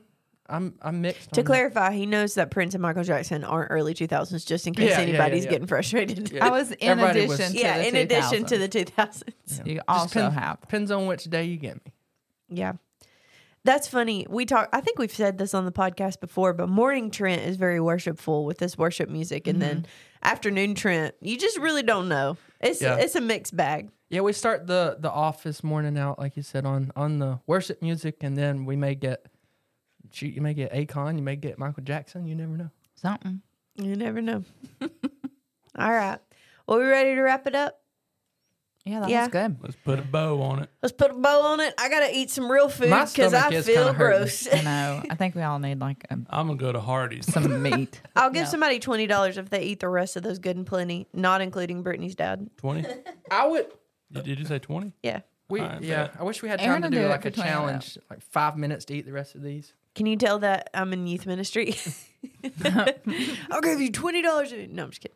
Speaker 3: I'm I'm mixed.
Speaker 2: To
Speaker 3: on that.
Speaker 2: clarify, he knows that Prince and Michael Jackson aren't early 2000s, just in
Speaker 3: Yeah,
Speaker 2: case
Speaker 3: yeah, yeah,
Speaker 2: anybody's
Speaker 3: yeah.
Speaker 2: getting frustrated. <laughs>
Speaker 3: Yeah.
Speaker 4: I was in
Speaker 3: Everybody was-
Speaker 4: addition to
Speaker 2: Yeah,
Speaker 4: the
Speaker 2: in addition to
Speaker 4: 2000s.
Speaker 2: the 2000s.
Speaker 4: You
Speaker 3: Just
Speaker 4: also
Speaker 3: depends-
Speaker 4: have.
Speaker 3: depends on which day you get me.
Speaker 2: Yeah. That's funny. We talk I think we've said this on the podcast before, but morning Trent is very worshipful with this worship music and then afternoon Trent, you just really don't know. It's
Speaker 3: Mm-hmm. Yeah.
Speaker 2: it's a mixed bag.
Speaker 3: Yeah, we start the the office morning out, like you said, on on the worship music, and then we may get shoot, you may get Akon, you may get Michael Jackson, you never know.
Speaker 4: Something.
Speaker 2: You
Speaker 3: <laughs>
Speaker 2: never know. All right. Well, we ready to wrap it up?
Speaker 4: Yeah, that
Speaker 2: Yeah.
Speaker 4: was good.
Speaker 2: <laughs>
Speaker 6: Let's put a bow on it.
Speaker 2: Let's put a bow on it. I gotta eat some real food
Speaker 3: My
Speaker 2: because
Speaker 3: stomach
Speaker 2: I
Speaker 3: is
Speaker 2: feel
Speaker 3: kinda hurting.
Speaker 2: gross. <laughs>
Speaker 4: I know. I think we all need like a,
Speaker 6: I'm gonna go to Hardy's.
Speaker 2: <laughs>
Speaker 4: some meat.
Speaker 2: I'll give
Speaker 4: No.
Speaker 2: somebody twenty dollars if they eat the rest of those good and plenty, not including Brittany's dad.
Speaker 6: Twenty? <laughs>
Speaker 3: I would
Speaker 6: Did, did you say twenty?
Speaker 2: Yeah.
Speaker 3: we
Speaker 6: I
Speaker 3: yeah.
Speaker 6: bet.
Speaker 3: I wish we had
Speaker 4: Aaron
Speaker 3: time to
Speaker 4: will
Speaker 3: do
Speaker 4: do it
Speaker 3: like
Speaker 4: for
Speaker 3: a
Speaker 4: 20
Speaker 3: challenge, like five minutes to eat the rest of these.
Speaker 2: Can you tell that I'm in youth ministry? <laughs> I'll give you twenty dollars. No, I'm just kidding.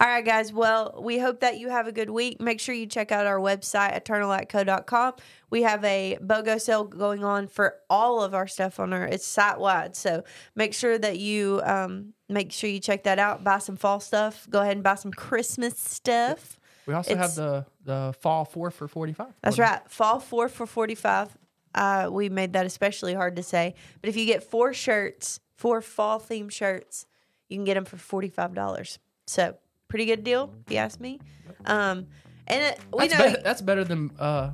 Speaker 2: All right, guys. Well, we hope that you have a good week. Make sure you check out our website, eternallightco.com. We have a BOGO sale going on for all of our stuff on our. It's site wide, so make sure that you um, make sure you check that out. Buy some fall stuff. Go ahead and buy some Christmas stuff.
Speaker 3: We also
Speaker 2: It's-
Speaker 3: have the the fall four for forty five.
Speaker 2: That's right. Fall four for 45. Uh, we made that especially hard to say. But if you get four shirts, four fall themed shirts, you can get them for $45. So, pretty good deal, if you ask me. Um, and it, we
Speaker 3: That's,
Speaker 2: know.
Speaker 3: better, that's better than uh,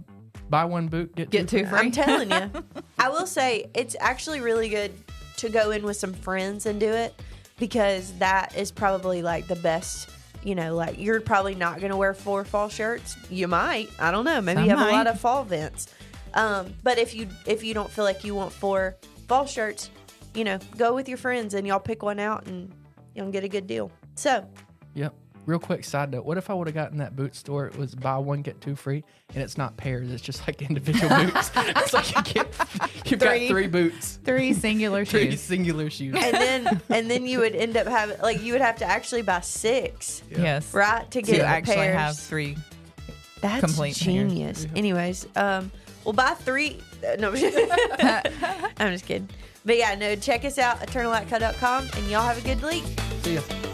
Speaker 3: buy one boot get,
Speaker 4: Get
Speaker 3: two.
Speaker 4: two free.
Speaker 2: I'm telling you. <laughs> I will say it's actually really good to go in with some friends and do it because that is probably like the best. You know, like you're probably not going to wear four fall shirts. You might. I don't know. Maybe
Speaker 4: Some
Speaker 2: you have a
Speaker 4: might.
Speaker 2: lot of fall events. Um, but if you if you don't feel like you want four fall shirts, you know, go with your friends and y'all pick one out and you'll get a good deal. So
Speaker 3: Yep. Real quick side note: What if I would have gotten that boot store? It was buy one get two free, and it's not pairs; it's just like <laughs> individual boots. it's like you get <laughs> you've
Speaker 4: Three.
Speaker 3: got three boots,
Speaker 4: Three singular
Speaker 3: three
Speaker 4: shoes.
Speaker 3: singular shoes.
Speaker 2: and <laughs> then and then you would end up having like you would have to actually buy six,
Speaker 4: Yes.
Speaker 2: right, to get
Speaker 4: To
Speaker 2: the
Speaker 4: actually
Speaker 2: pairs.
Speaker 4: have three.
Speaker 2: That's
Speaker 4: complete figures.
Speaker 2: genius. Anyways, um, well, buy three. uh, no, <laughs> I'm just kidding. But yeah, no, check us out, eternallightco.com, and y'all have a good week.
Speaker 3: See ya.